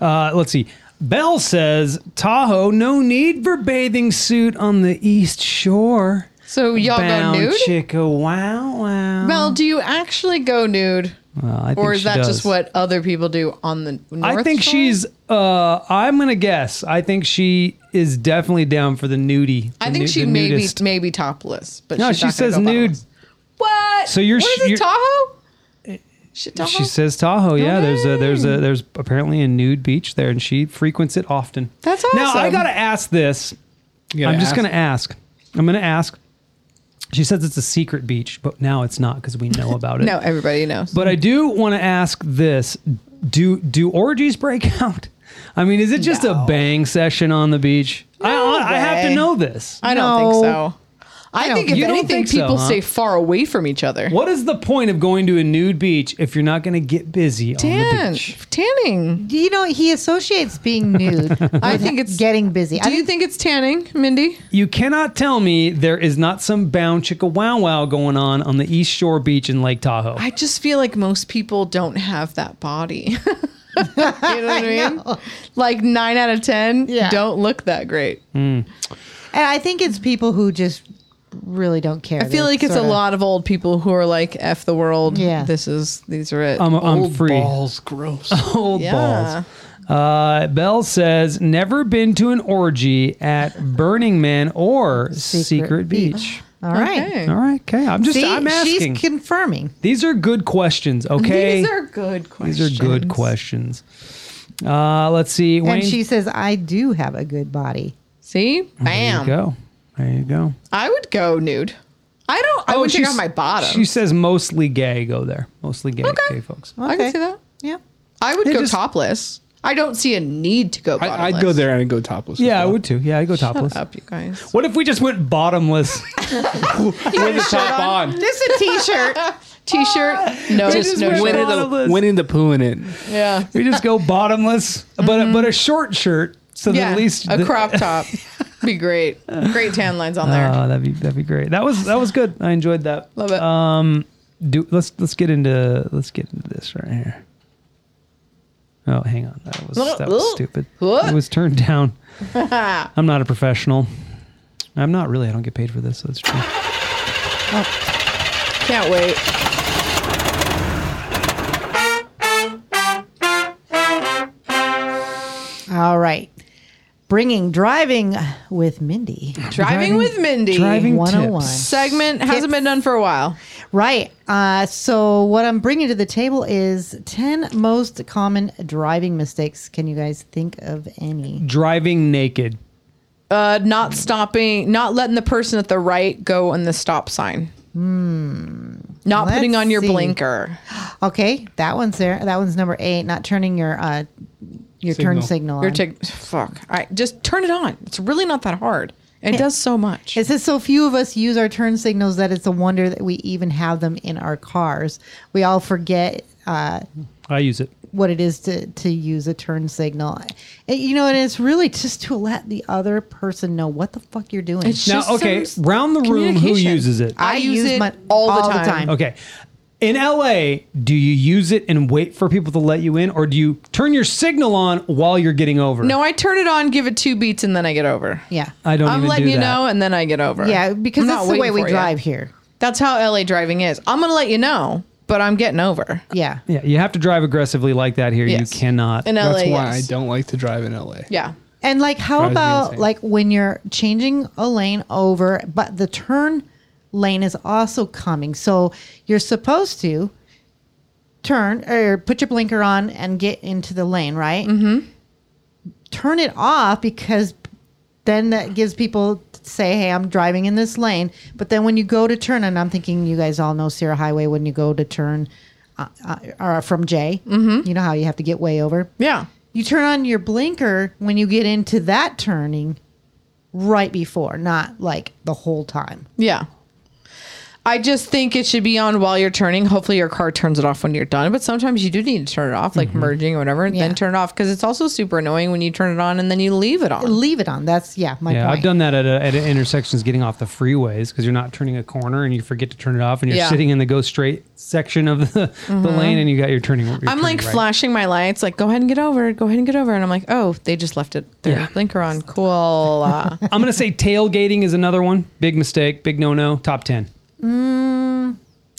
Uh, let's see. Bell says Tahoe, no need for bathing suit on the East Shore.
So y'all
Bound
go nude?
chicka wow wow.
Well, do you actually go nude?
Um, Well, I think
Or is
she
that
does.
just what other people do on the North
I think
Shore?
she's. uh I'm gonna guess. I think she is definitely down for the nudie. the
I think
nu-
she
the
may be,
nudist.
may be topless, but
No,
she's
she
not gonna
says
go
nude.
bottomless. What?
So you're
what
sh-
is it,
you're-
Tahoe? She Tahoe.
She says Tahoe. Yeah, there's a there's a there's apparently a nude beach there, and she frequents it often.
That's
Now I
awesome.
gotta ask this.
You gotta
I'm just
ask-
gonna ask. I'm gonna ask. She says it's a secret beach, but now it's not because we know about it.
[laughs] no, everybody knows.
But I do want to ask this: Do do orgies break [laughs] out? I mean, is it just a bang session on the beach? I, I, I have to
way.
know this.
I don't think
No.
so. I, think if
You don't
anything,
think so,
people
huh?
stay far away from each other.
What is the point of going to a nude beach if you're not going to get busy on the
Tan,
beach?
tanning.
Do You know, he associates being nude.
[laughs] I think it's.
Getting busy. I
do you think it's tanning, Mindy?
You cannot tell me there is not some bound chicka wow wow going on on the East Shore Beach in Lake Tahoe.
I just feel like most people don't have that body. [laughs] you know what I mean? Like nine out of ten
Yeah.
don't look that great.
And I think it's people who just really don't care.
Mm,
I feel like it's a lot of old people who are like, "F the world."
Yeah.
this is these are it.
I'm, I'm
Old
free.
balls, gross.
[laughs] Old
Yeah.
balls. Uh, Bell says, never been to an orgy at Burning Man or Secret,
Secret
Beach.
All right.
Okay.
All right, okay. I'm just,
See,
I'm asking.
she's confirming.
These are good questions, okay?
These are good questions.
These are good questions. Uh, let's see. Wayne.
And she says, I do have a good body.
See,
there you
bam.
go. There you go.
I would go nude. I don't. I would take
Oh, she's-
off my bottom.
She says mostly gay. Go there. Mostly gay,
Okay.
gay folks.
I
Okay.
can see that.
Yeah.
I would
It
go
just-
topless. I don't see a need to go.
I,
Bottomless.
I'd go there and I'd go topless. as
Yeah, I
well.
would too. Yeah, I go topless.
Shut up, you guys. [laughs]
What if we just went bottomless?
With the top on.
Just a t shirt.
T-shirt, no,
just
no
wear
shirt.
bottom. Bottomless.
Winning the poo in it.
Yeah,
we just
[laughs]
go bottomless, but a, but a short shirt. So that
Mm-hmm. yeah.
at least
a
the- [laughs]
crop top, be great. Great tan lines on there.
Oh, that'd be that'd be great. That was that was good. I enjoyed that. Um,
Love it.
uh, Do let's let's get into let's get into this right here. Oh, hang on. That was that was stupid. It was turned
[laughs]
down. I'm not a professional. I'm not really. I don't get paid for this, so it's true.
Can't wait.
[laughs] All right. Bringing driving with Mindy.
Driving with Mindy.
Driving
101.
tips.
segment hasn't been done for a while.
Right. Uh, so, what I'm bringing to the table is 10 most common driving mistakes. Can you guys think of any?
Driving naked.
Uh, not stopping, not letting the person at the right go on the stop sign.
Hmm.
Not
Let's
putting on your
see.
blinker.
Okay. That one's there. That one's number eight. Not turning your uh, your turn
Signal.
signal on.
Your tig- fuck. All right, just turn it on. It's really not that hard. It does so much.
It says so few of us use our turn signals that it's a wonder that we even have them in our cars. We all forget uh,
I use it.
what it is to, to use a turn signal. And, you know, and it's really just to let the other person know what the fuck you're doing.
It's
Now,
just
okay,
some
round the room. Who
communication.
uses it?
I, use, it
my-
all, the, time.
Okay. In LA, do you use it and wait for people to let you in, or do you turn your signal on while you're getting over?
No, I turn it on, give it two beats, and then I get over.
Yeah.
I don't.
I'm
even
letting
do
you
that.
know, and then I get over.
yeah, because
I'm
that's
not
the way
waiting
we
for you.
drive here.
That's how LA driving is. I'm gonna let you know, but I'm getting over.
Yeah.
Yeah, you have to drive aggressively like that here.
Yes.
You cannot.
In LA,
That's why
yes.
I don't like to drive in LA.
Yeah.
And like, how
Drives me
about
insane.
like when you're changing a lane over, but the turn lane is also coming. So you're supposed to turn or put your blinker on and get into the lane, right? Mm-hmm. Turn it off because then that gives people to say, "Hey, I'm driving in this lane." But then when you go to turn, and I'm thinking you guys all know Sierra Highway when you go to turn. Uh, uh, or from J, mm-hmm. you know how you have to get way over
Yeah.
you turn on your blinker when you get into that turning right before not like the whole time
Yeah. I just think it should be on while you're turning. Hopefully, your car turns it off when you're done. But sometimes you do need to turn it off, like
Mm-hmm.
merging or whatever, and
Yeah.
then turn it off because it's also super annoying when you turn it on and then you leave it on.
leave it on that's yeah my
yeah,
point
I've done that at, a, at a intersections getting off the freeways because you're not turning a corner and you forget to turn it off and you're
Yeah. Mm-hmm.
sitting in the go straight section of the, the lane and you got your turning. your
I'm like
turning right.
flashing my lights, like go ahead and get over, go ahead and get over, and I'm like, oh, they just left it their
Yeah.
blinker on. Cool.
[laughs]
Uh,
I'm gonna say tailgating is another one. Big mistake. Big no no. Top ten.
Mm.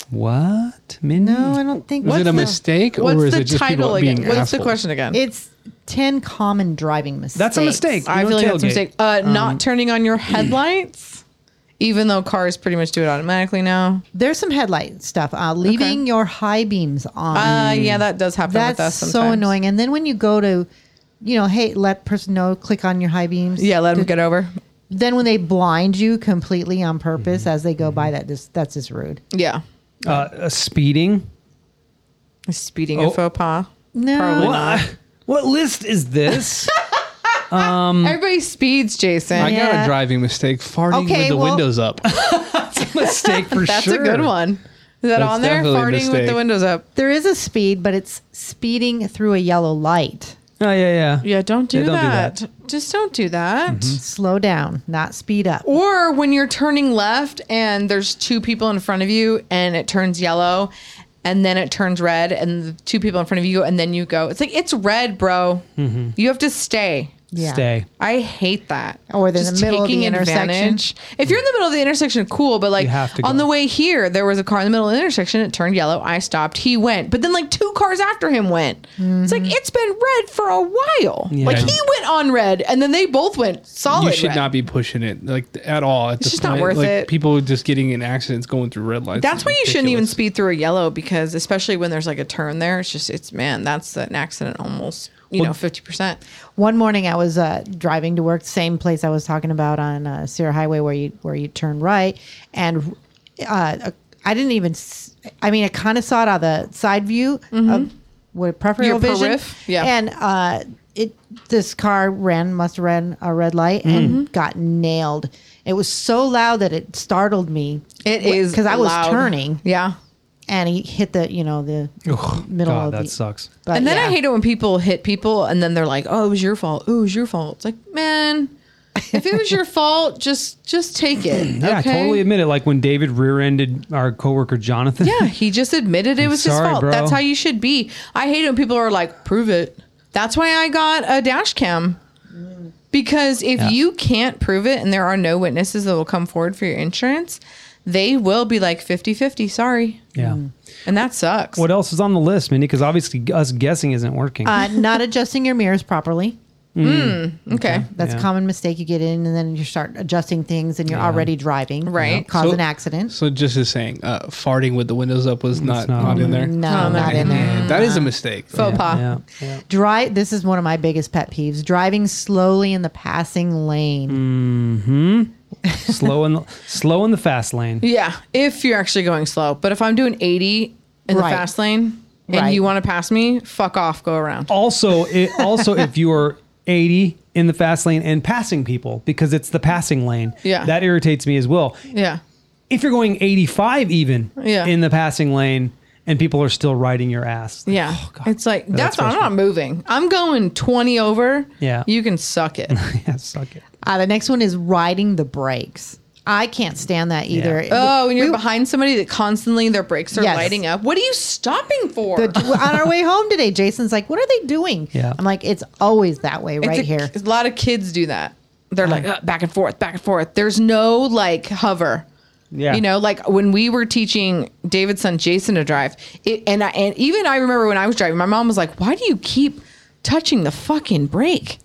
What? Mindy?
no i don't think
Is it
What's
a
the-
mistake
what's
or is
the
it just people
title
being
again? What's the
assholes?
question again?
it's 10 common driving mistakes
That's a mistake.
I
No
feel like that's a
tailgate.
mistake. Uh,
Um,
not turning on your headlights, even though cars pretty much do it automatically now.
there's some headlight stuff uh, leaving your high beams on
Uh,
Mm.
yeah, that does happen with us
that's
sometimes.
so annoying and then when you go to you know hey let person know click on your high beams
Yeah, let them get over.
then when they blind you completely on purpose
Mm-hmm.
as they go by that just that's just rude
Yeah.
Uh, uh, speeding.
Speeding
Oh.
a faux pas.
no
Probably not.
What? What list is
[laughs]
this?
Everybody speeds, Jason.
Mm. I got
Yeah.
a driving mistake farting
Okay,
with the
well-
windows up.
mistake for
that's
sure.
a good one. Is that
That's
on there?
definitely a
Farting with
mistake.
the windows up.
There is a speed, but it's speeding through a yellow light.
Oh yeah, yeah.
Yeah, don't do,
Yeah, don't do
that. Just don't do that.
Mm-hmm.
Slow down, not speed up.
Or when you're turning left and there's two people in front of you and it turns yellow and then it turns red and the two people in front of you and then you go. It's like, it's red, bro.
Mm-hmm.
You have to stay.
Yeah.
Stay.
I hate that.
Or they're in the middle of the intersection.
If you're in the middle of the intersection, cool. But like
You have to
on
go.
the way here, there was a car in the middle of the intersection. It turned yellow. I stopped. He
Mm-hmm.
went. But then like two cars after him went. It's like it's been red for a while. Like he went went on red, and then they both went solid.
you should
red.
not be pushing it like at all. At
It's
this
just not
point.
worth
Like,
it.
People just getting in accidents going through red lights.
That's
is
why you shouldn't even
ridiculous.
speed through a yellow because, especially when there's like a turn there, it's just it's man, that's an accident almost. You know, fifty percent.
One morning, I was uh, driving to work, same place I was talking about on uh, Sierra Highway, where you where you turn right, and uh, I didn't even. s- I mean, I kind of saw it on the side view of what peripheral
Mm-hmm. Your
vision.
periph, yeah.
and uh, it this car ran must have ran a red light and got nailed. It was so loud that it startled me.
It
Wh-
is
I was
loud.
turning,
Yeah,
and he hit the you know the
Ugh,
middle
God,
of
that
the,
sucks.
but
and then I
yeah.
hate it when people hit people and then they're like, "Oh, it was your fault. Oh, it was your fault." It's like, man, if it was
[laughs]
your fault, just just take it.
Yeah,
okay?
totally admit it. Like when David rear-ended our coworker Jonathan.
Yeah, he just admitted it was
sorry,
his fault.
bro.
That's how you should be. I hate it when people are like, prove it. That's why I got a dash cam. Because if
Yeah.
you can't prove it and there are no witnesses that will come forward for your insurance, they will be like 50 50, sorry.
[laughs] Yeah.
And that sucks.
What else is on the list, Mindy? Because obviously us guessing isn't working.
uh, not adjusting your mirrors properly.
okay.
That's
Yeah.
a common mistake you get in, and then you start adjusting things, and you're already driving,
Right. Yeah.
Cause
So-
an accident.
So just as saying, uh, farting with the windows up was not
not
not,
on
in there.
No, not in there.
That is a mistake.
Faux pas.
yeah. yeah.
Drive. This is one of my biggest pet peeves: driving slowly in the passing
Mm.
lane.
slow in the, slow in the fast lane.
[laughs] Yeah, if you're actually going slow. But if I'm doing 80 in
Right.
the fast lane and
Right.
you want to pass me, fuck off, go around.
Oh. Also, it, also if you are 80 in the fast lane and passing people because it's the passing lane.
Yeah.
That irritates me as well.
Yeah.
If you're going 85 even
Yeah.
in the passing lane and people are still riding your ass. like,
Yeah.
oh, God.
it's like, that's, I'm
frustrating.
not moving. I'm going 20 over.
Yeah.
You can
[laughs]
suck it.
Yeah, suck it.
Uh, the next one is riding the brakes. I can't stand that either.
Oh, and you're behind somebody that constantly their brakes are
Yes.
lighting up. What are you stopping for?
The- on our way home today, Jason's like, "What are they doing?"
Yeah.
I'm like, "It's always that way,
It's
right
a-
here."
A lot of kids do that. They're like "Uh, back and forth, back and forth. There's no like hover.
Yeah.
You know, like when we were teaching David's son Jason to drive, it, and I, and even I remember when I was driving, my mom was like, "Why do you keep touching the fucking brake?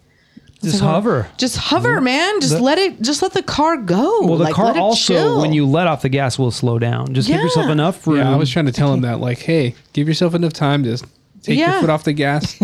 Just
Well,
hover.
Just hover, man. Just
the-
let it. Just let the car go.
Well, the
Like,
car
let it
also,
chill."
when you let off the gas, will slow down. Just give yourself
Yeah.
enough room.
Yeah, I was trying to tell him that, like, hey, give yourself enough time. Just take
Yeah.
your foot off the
[laughs]
gas,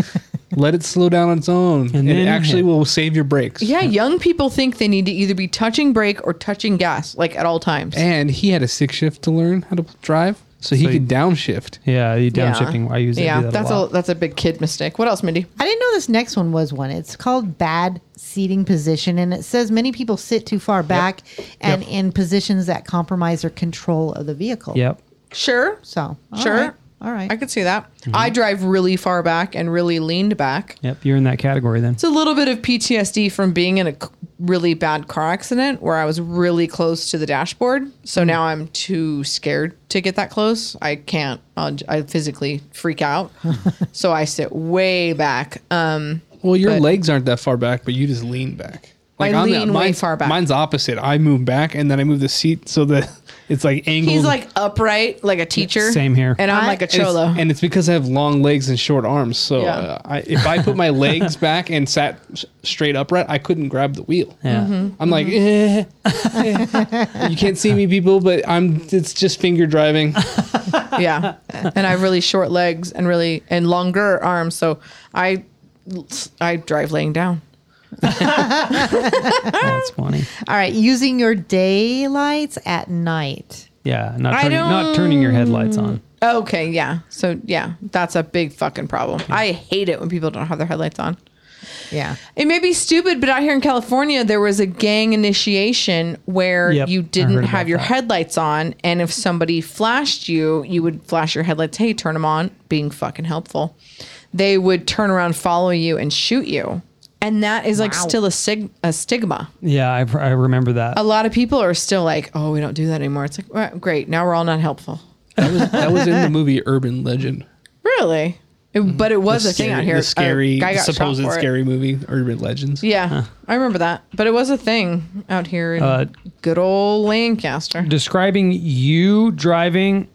let it slow down on its own, and,
then-
it actually will save your
[laughs]
brakes.
yeah, young people think they need to either be touching brake or touching gas, like at all times.
And he had a six shift to learn how to drive, so he
So you-
could downshift.
yeah, you downshifting. I use it.
Yeah,
do that
that's
a
a,
lot.
that's a big kid mistake. What else, Mindy?
I didn't know this next one was one. It's called bad seating position, and it says many people sit too far back and in positions that compromise their control of the vehicle.
Yep.
Sure,
So all
sure,
right, all right.
I could see that.
Mm-hmm.
I drive really far back and really leaned back.
Yep. You're in that category then.
It's a little bit of PTSD from being in a c- really bad car accident where I was really close to the dashboard. So now I'm too scared to get that close. I can't. I'll, j- I physically freak out. so I sit way back. Um,
Well, your
But-
legs aren't that far back, but you just lean back.
I
I'm
lean way
mine's-
far back.
Mine's opposite. I move back, and then I move the seat so that [laughs] it's like angled.
he's like upright, like a teacher.
Same here.
And I'm
I-
like a
And it's-
cholo.
And it's, because I have long legs and short arms. So
Yeah.
uh, I, if I put
[laughs]
my legs back and sat s- straight upright, I couldn't grab the wheel.
Yeah.
Mm-hmm.
I'm like, eh, eh." you can't see me, people, but I'm. It's just finger
[laughs]
driving.
yeah and i have really short legs and really and longer arms so i i drive laying down
That's funny.
all right. Using your daylights at night.
Yeah. Not
I
turning, not turning your headlights on.
okay yeah so yeah that's a big fucking problem i hate it when people don't have their headlights on
Yeah.
it may be stupid but out here in california there was a gang initiation where
Yep, I
you
heard
didn't
about
have your
that.
headlights on and if somebody flashed you you would flash your headlights hey turn them on being fucking helpful they would turn around follow you and shoot you and that is like
Wow.
still a, sig- a stigma
Yeah. I, I remember that.
a lot of people are still like, oh, we don't do that anymore. It's like, well, great, now we're all not helpful.
That was, that was in the movie Urban Legend.
Really? It- but it was
The
a thing out
scary-
here.
The scary,
A guy
the
got shot
supposed
for it.
scary movie Urban Legends.
Yeah, I remember that. But it was a thing out here in
Uh,
good old Lancaster.
Describing you driving,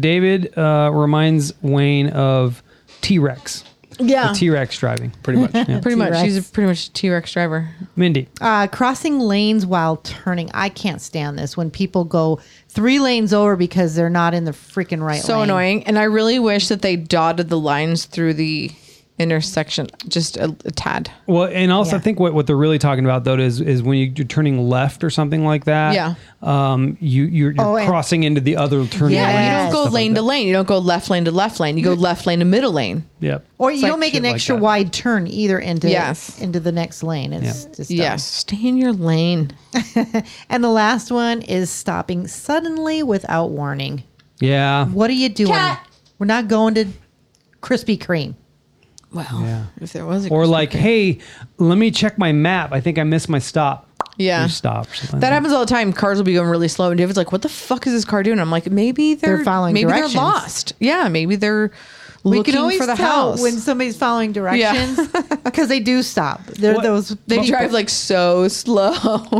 David uh, reminds Wayne of T Rex.
Yeah.
a T-Rex driving.
pretty much.
Pretty much.
T-Rex.
She's a, pretty much a T Rex driver.
[laughs] Mindy,
Uh, crossing lanes while turning. I can't stand this when people go three lanes over because they're not in the freaking right
So
lane.
annoying. And I really wish that they dotted the lines through the intersection just a, a tad.
Well, and also
Yeah.
I think what, what they're really talking about though is is when you- you're turning left or something like that.
Yeah.
Um, you you're, you're
Oh, and-
crossing into the other turning.
Yeah,
lane
you
Yes.
and
don't
stuff
go
like
lane to
that.
lane. You don't go left lane to left lane. You go left lane to middle lane.
Yep.
Or you
like
don't make
shit
an
like
extra
that.
wide turn either into
Yes.
into the next lane. It's
Yeah.
just dumb.
Yes, stay in your lane.
And the last one is stopping suddenly without warning.
Yeah.
What are you doing?
Cat.
We're not going to Krispy Kreme.
Well, if there was a
Or
Krispy
like,
Kreme.
hey, let me check my map. I think I missed my stop.
Yeah.
You stop. or something.
That happens all the time. Cars will be going really slow, and David's like, "What the fuck is this car doing?" I'm like, "Maybe they're,
They're following
Maybe
directions.
they're lost. Yeah, maybe they're looking for the house.
when somebody's following directions [laughs] because they do stop. They're
What-
those
[laughs] they drive like so
[laughs]
slow.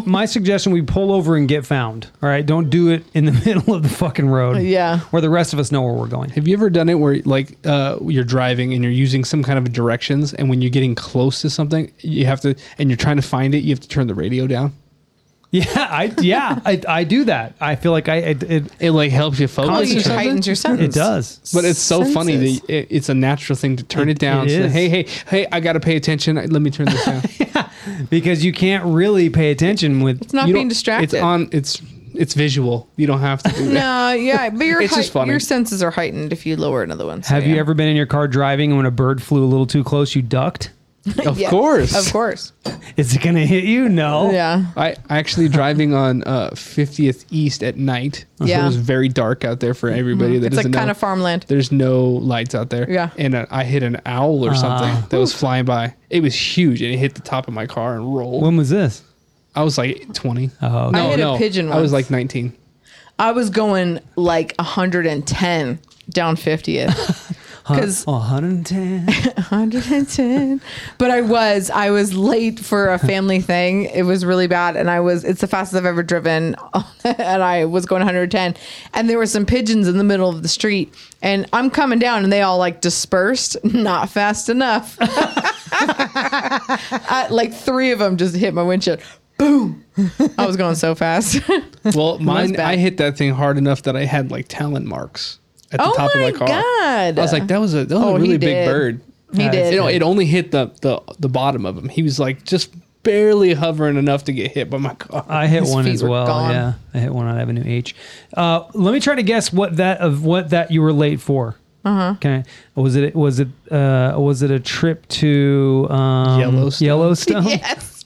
My suggestion: we pull over and get found. All right, don't do it in the [laughs] middle of the fucking road.
Yeah.
Where the rest of us know where we're going. [laughs]
Have you ever done it where like uh, you're driving and you're using some kind of directions, and when you're getting close to something, you have to, and you're trying to find it, you have to turn the radio down.
Yeah. I yeah. I, I do that. I feel like I it, it,
It like helps you
Oh,
focus.
you
or something.
heightens your sentence.
it does.
But it's so funny
Senses.
that it, it's a natural thing to turn it, down.
it
so,
is.
hey, hey, hey! I gotta pay attention. Let me turn this
[laughs]
down.
because you can't really pay attention with
It's not
You
being
don't- It's
distracted.
on. It's it's visual. You don't have to do that.
No, yeah, but your
It's
height-
just funny.
your senses are heightened if you lower another one. so
Have you
yeah.
ever been in your car driving and when a bird flew a little too close, you ducked?
Of
Yeah,
course. Oh.
Of course.
Is it going to hit you? No.
Yeah.
I I actually driving on uh, 50th East at night. So
Yeah. Mm-hmm.
it was very dark out there for everybody that
It's like
doesn't
kind
know.
of farmland.
There's no lights out there.
Yeah.
And uh, I hit an owl or something that was flying by. It was huge and it hit the top of my car and rolled.
When was this?
I was like 20.
Oh, okay.
I hit a pigeon
I was like
once. [laughs]
19.
I was going like 110
[laughs]
down 50th. Because
Oh, 110.
110. But I was, I was late for a family thing. It was really bad. And I was, it's the fastest I've ever driven. [laughs] and I was going 110. And there were some pigeons in the middle of the street. And I'm coming down and they all like dispersed, [laughs] not fast enough. [laughs] I, like three of them just hit my windshield. Boom. I was going so fast. [laughs]
Well, mine,
bad.
I hit that thing hard enough that I had like talon marks at the
Oh
top of
my
my car.
God.
I was like, that was a, that was
Oh,
a
he
really big
did.
bird.
He
Uh,
did.
You know, it only hit the, the, the bottom of him. He was like just barely hovering enough to get hit by my car.
I hit
His
one
feet
as
were
well.
gone.
Yeah. I hit one on Avenue H. Uh, let me try to guess what that of what that you were late for. Uh-huh. Okay. Was it was it uh, was it a trip to um,
Yellowstone?
[laughs]
Yellowstone?
yes.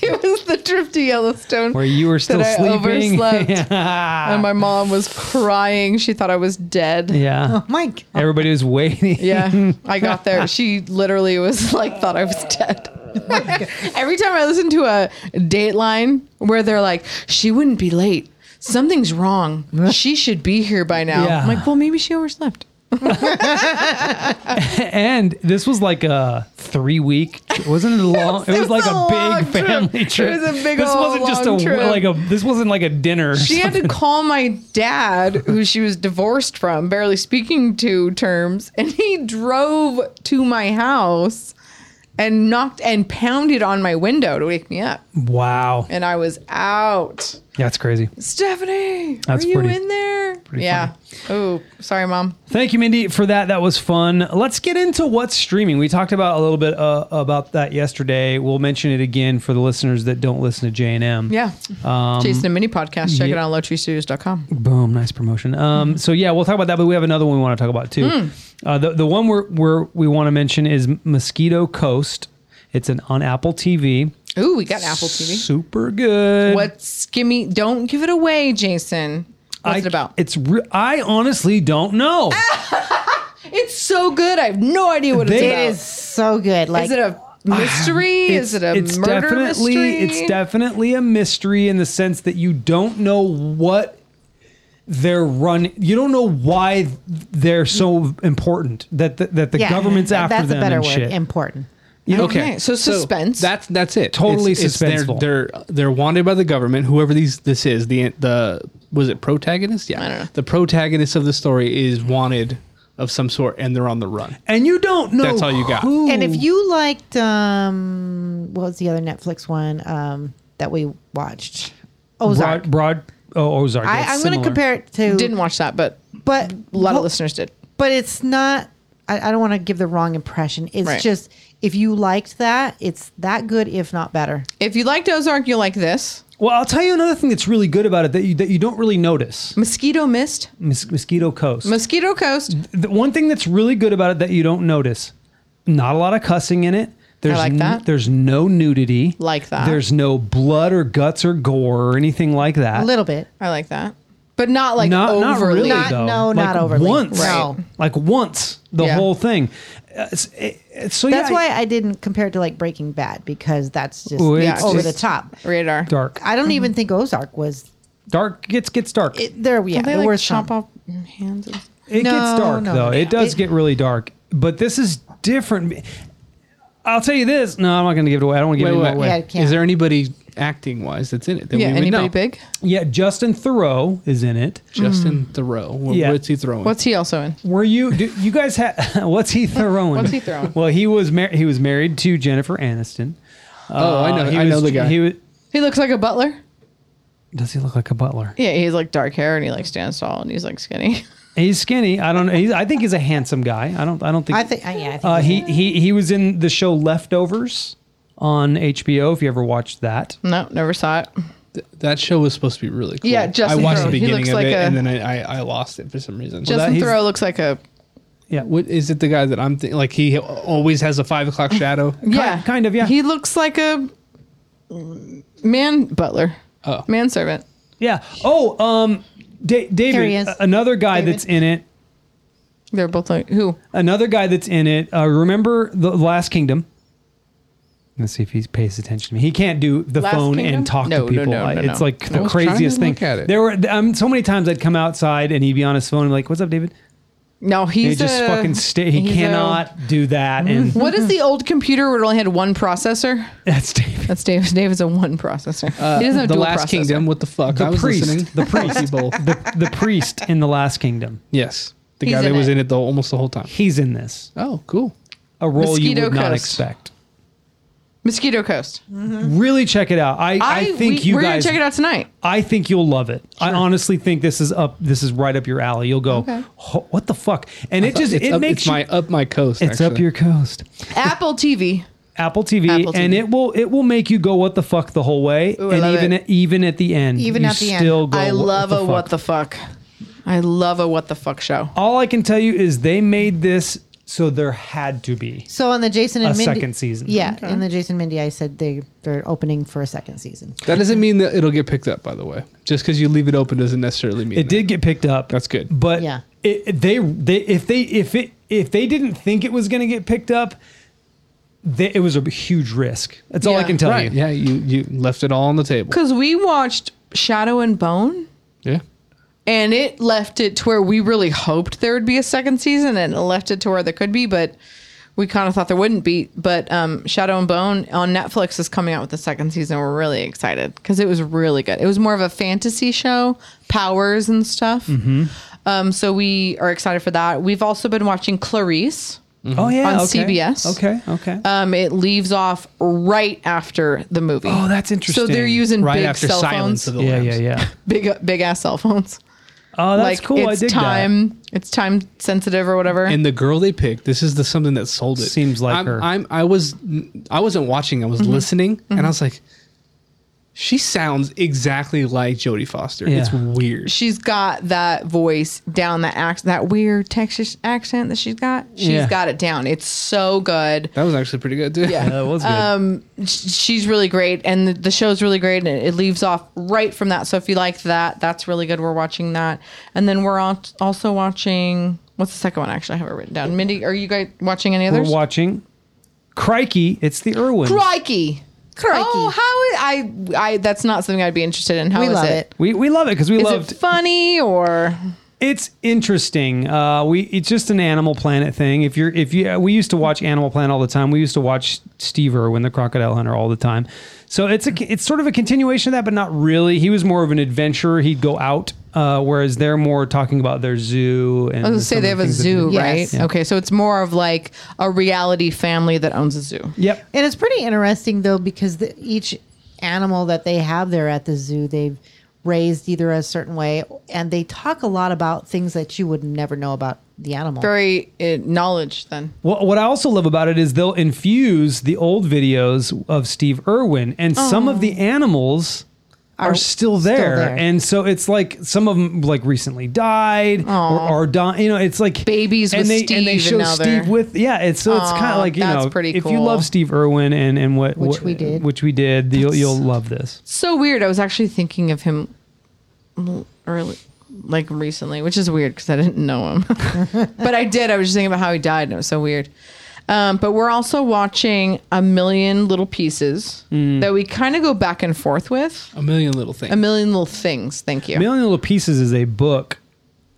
It was the trip to Yellowstone.
Where you were still
I
sleeping. [laughs]
overslept.
yeah.
and my mom was crying. She thought I was dead.
Ah. Yeah.
[laughs] oh my god.
Everybody was
[laughs]
waiting. [laughs]
Yeah, I got there. She literally was like, thought I was dead. [laughs] Every time I listen to a Dateline where they're like, she wouldn't be late.
[laughs]
Something's wrong. She should be here by now.
Yeah.
I'm like, well, maybe she overslept.
and this was like a three week wasn't it a
[laughs]
long it was,
was
like
a
a,
long
big
trip.
family
It
trip
was a big
this
ol'
wasn't just
long
a
trip.
like a this wasn't like a dinner or
She had to call my dad, who she was divorced from, barely speaking to terms, and he drove to my house and knocked and pounded on my window to wake me up.
something. wow
And I was out.
that's crazy
Stephanie,
That's
are you
pretty-
in there? Yeah. Oh, sorry, mom.
Thank you, Mindy, for that. That was fun. Let's get into what's streaming. We talked about a little bit uh, about that yesterday. We'll mention it again for the listeners that don't listen to J and M.
Yeah. Jason and Mini podcast. Check
Um, yeah.
it out on lowtreestudios.com.
Boom, nice promotion.
Mm-hmm.
Um, so yeah, we'll talk about that, but we have another one we want to talk about too.
Mm.
Uh, the the one we're, we're we want to mention is Mosquito Coast. It's an on Apple TV.
Ooh, we got Apple TV.
Super good.
What's gimme? Don't give it away, Jason. What's
I-
it about?
It's re- I honestly don't know.
Ah,
It's so good. I have no idea what it's
They- ah,
about.
It is so good. Like
is it a mystery? is it a
it's
murder
definitely
mystery?
it's definitely a mystery in the sense that you don't know what they're running. You don't know why they're so important that the, that the
yeah,
government's after
That's
them
a better
and
word.
shit.
Important.
You know?
Okay, so suspense.
that's that's it.
Totally
they're-
suspenseful.
They're, they're wanted by the government. Whoever these this is the the was it protagonist? Yeah,
I don't know.
the protagonist of the story is wanted of some sort and they're on the run.
and you don't know
That's all you got.
who-
And if you liked, um, what was the other Netflix one um, that we watched? Ozark.
broad, broad oh Ozark.
I,
that's
I'm going
similar.
to compare it to.
Didn't watch that, but
but
a lot
well,
of listeners did.
But it's not. I, I don't want to give the wrong impression. It's
Right.
just if you liked that, it's that good, if not better.
If you liked Ozark, you'll like this.
Well, I'll tell you another thing that's really good about it that you that you don't really notice.
Mosquito Mist,
Mos- Mosquito Coast.
Mosquito Coast.
the one thing that's really good about it that you don't notice not a lot of cussing in it there's
like
n-
that.
there's no nudity
Like that.
there's no blood or guts or gore or anything like that
A little bit.
I like that, but not like
not not
overly.
really
Not-
though.
no,
Like,
not overly.
once
Right.
like once the
Yeah.
whole thing Uh, it's, it, it's- so
That's
yeah,
why I didn't compare it to like Breaking Bad because that's just
Ooh,
it's
over
just-
the top.
radar.
dark
I don't
Mm-hmm.
even think Ozark was
dark gets gets dark it,
it, there. Yeah,
Don't they
there
like
were
chop
some.
off hands? and-
gets
No,
dark
no,
though it
no.
does
It-
get really dark but this is different I'll tell you this no I'm not gonna give it away I don't want to give
Wait,
it
wait,
away
Yeah, I can't.
Is there anybody acting wise that's in it? That
Yeah,
we would
anybody
know?
big?
yeah Justin Thoreau is in it
Justin Thoreau. Where,
Yeah.
What's he throwing?
What's he also in?
Were you? Do, you guys had? [laughs] What's he throwing?
What's he throwing?
Well, he was mar- he was married to Jennifer Aniston. Uh,
oh, I know.
he
I
was,
know the guy.
He was,
He looks like a butler.
does he look like a butler?
Yeah, he's like dark hair and he like stands tall and he's like skinny. [laughs]
He's skinny. I don't know. He's, I think he's a handsome guy. I don't. I don't think.
I think. Uh, yeah, I think
uh,
it was-
he he he was in the show Leftovers on HBO. If you ever watched that,
No, never saw it.
that show was supposed to be really cool.
Yeah, Justin
I watched
Thoreau.
the
He
beginning
looks
of
like
it
a-
and then I, I, I lost it for some reason.
Justin
he's-
Thoreau looks like a
what is it? The guy that I'm thi- like he always has a five o'clock shadow.
yeah,
kind of, yeah.
He looks like a man butler,
Oh.
manservant.
yeah. Oh, um, da-
There he
David,
is.
a- another guy
David.
that's in it.
They're both like who?
Another guy that's in it. Uh, remember the Last Kingdom. Let's see if he pays attention to me. He can't do the
Last
phone
Kingdom?
and talk to
No, no,
people.
no,
I-
no,
it's
no.
like
I
the
was trying
craziest
to
thing.
look at it.
There were um, so many times I'd come outside and he'd be on his phone. I'm like, "What's up, David?"
No,
And
he's
he just
a-
fucking stay. He
he's a-
cannot do that.
[laughs]
And
what is the old computer where it only had one processor?
that's David.
That's [laughs] David. David's a one processor.
Uh,
he doesn't have
Uh, the
dual
Last
processor.
Kingdom. What the fuck?
The
I was
priest.
listening.
The priest. [laughs]
People.
The, the priest in the Last Kingdom.
yes, the
He's
guy that
in
was
it.
in it the, almost the whole time.
He's in this
Oh, cool.
a role you
Mosquito
would not
Coast.
expect.
Mosquito Coast.
Really check it out. I, I, think
we,
you
we're
guys
gonna check it out tonight.
I think you'll love it. I honestly think this is up. This is right up your alley. You'll go,
Okay.
"Ho- what the fuck? And it just
it's
it
up,
makes
it's
you,
my up my coast.
it's up
actually.
your coast.
Apple TV.
Apple TV,
Apple
and
TV.
it will it will make you go what the fuck the whole way,
Ooh, I
and
love
even
it.
at, even at the end,
Even
you
at the end.
still go.
I
what
love
the
a what
fuck?
the fuck. I love a what the fuck show.
All I can tell you is they made this so there had to be.
so on the Jason and
A
Mindy
second season.
Yeah, in the Jason Mindy, I said they they're opening for a second season.
That doesn't mean that it'll get picked up. By the way, just because you leave it open doesn't necessarily mean
It
that.
did get picked up.
That's good.
But
Yeah.
it, it- they they if they if it if they didn't think it was going to get picked up, they, it was a huge risk. That's all I
Yeah.
can tell
Right?
you.
Yeah, you you left it all on the table.
Because we watched Shadow and Bone,
Yeah.
and it left it to where we really hoped there would be a second season, and it left it to where there could be, but we kind of thought there wouldn't be. But um, Shadow and Bone on Netflix is coming out with the second season. We're really excited because it was really good. It was more of a fantasy show, powers and stuff.
Mm-hmm.
Um, so we are excited for that. We've also been watching Clarice.
Oh yeah,
On
okay.
CBS.
Okay, okay.
Um, it leaves off right after the movie.
Oh, that's
So they're
interesting.
using
Right
big
after
cell
Silence
phones,
of the
yeah,
Lambs.
yeah, yeah.
big big ass cell phones.
Oh, that's
like
cool. I
it's
did that.
time, it's time sensitive or whatever.
And the girl they picked, this is the something that sold it.
Seems like
I'm,
her.
I'm I was I wasn't watching. I was
Mm-hmm.
listening, and I was like, she sounds exactly like Jodie Foster. It's
Yeah.
weird.
she's got that voice down, that act, that weird Texas accent that she's got. She's
Yeah.
got it down. It's so good.
That was actually pretty good too.
Yeah.
That was good.
Uh, Sh- She's really great, and the, the show's really great, and it, it leaves off right from that. So if you like that, that's really good. We're watching that, and then we're al- also watching. What's the second one? Actually, I have it written down. Mindy, are you guys watching any
We're
others?
watching. Crikey! It's the Irwin.
Crikey.
Crikey.
Oh, how is, I I that's not something I'd be interested in. How
We
is
love
it?
it.
We we love it because we
Is
loved.
it funny or
it's interesting. Uh, we it's just an Animal Planet thing. If uh, you're if you we used to watch Animal Planet all the time. We used to watch Steve Irwin, the crocodile hunter, all the time. So it's a it's sort of a continuation of that, but not really. He was more of an adventurer. He'd go out, uh, whereas they're more talking about their zoo. And
I was gonna say
some
they
of
have
the
a
things that
zoo,
do.
right?
Yes. Yeah.
Okay, so it's more of like a reality family that owns a zoo.
they- Yep.
And it's pretty interesting though because the, each animal that they have there at the zoo, they've raised either a certain way, and they talk a lot about things that you would never know about the animal.
Very uh, knowledge then.
Well, what I also love about it is they'll infuse the old videos of Steve Irwin, and some of the
Oh.
animals are,
Are
still,
still
there.
there.
and so it's like some of them like recently died or
Aw.
are dying. You know, it's like
Babies with
and they
Steve
show
and now they're-
Steve with yeah. It's so it's
Aw,
kind of like you
that's
know,
pretty
if you
cool.
love Steve Irwin and and what
Which
what-
we did.
which we did, you'll you'll love this.
So weird. I was actually thinking of him l- early, like recently, which is weird because I didn't know him, [laughs] but I did. I was just thinking about how he died, and it was so weird. Um, but we're also watching a million little pieces that we kind of go back and forth with.
[laughs] A million little
A
things.
million little things. Thank you.
Million Little Pieces is a book.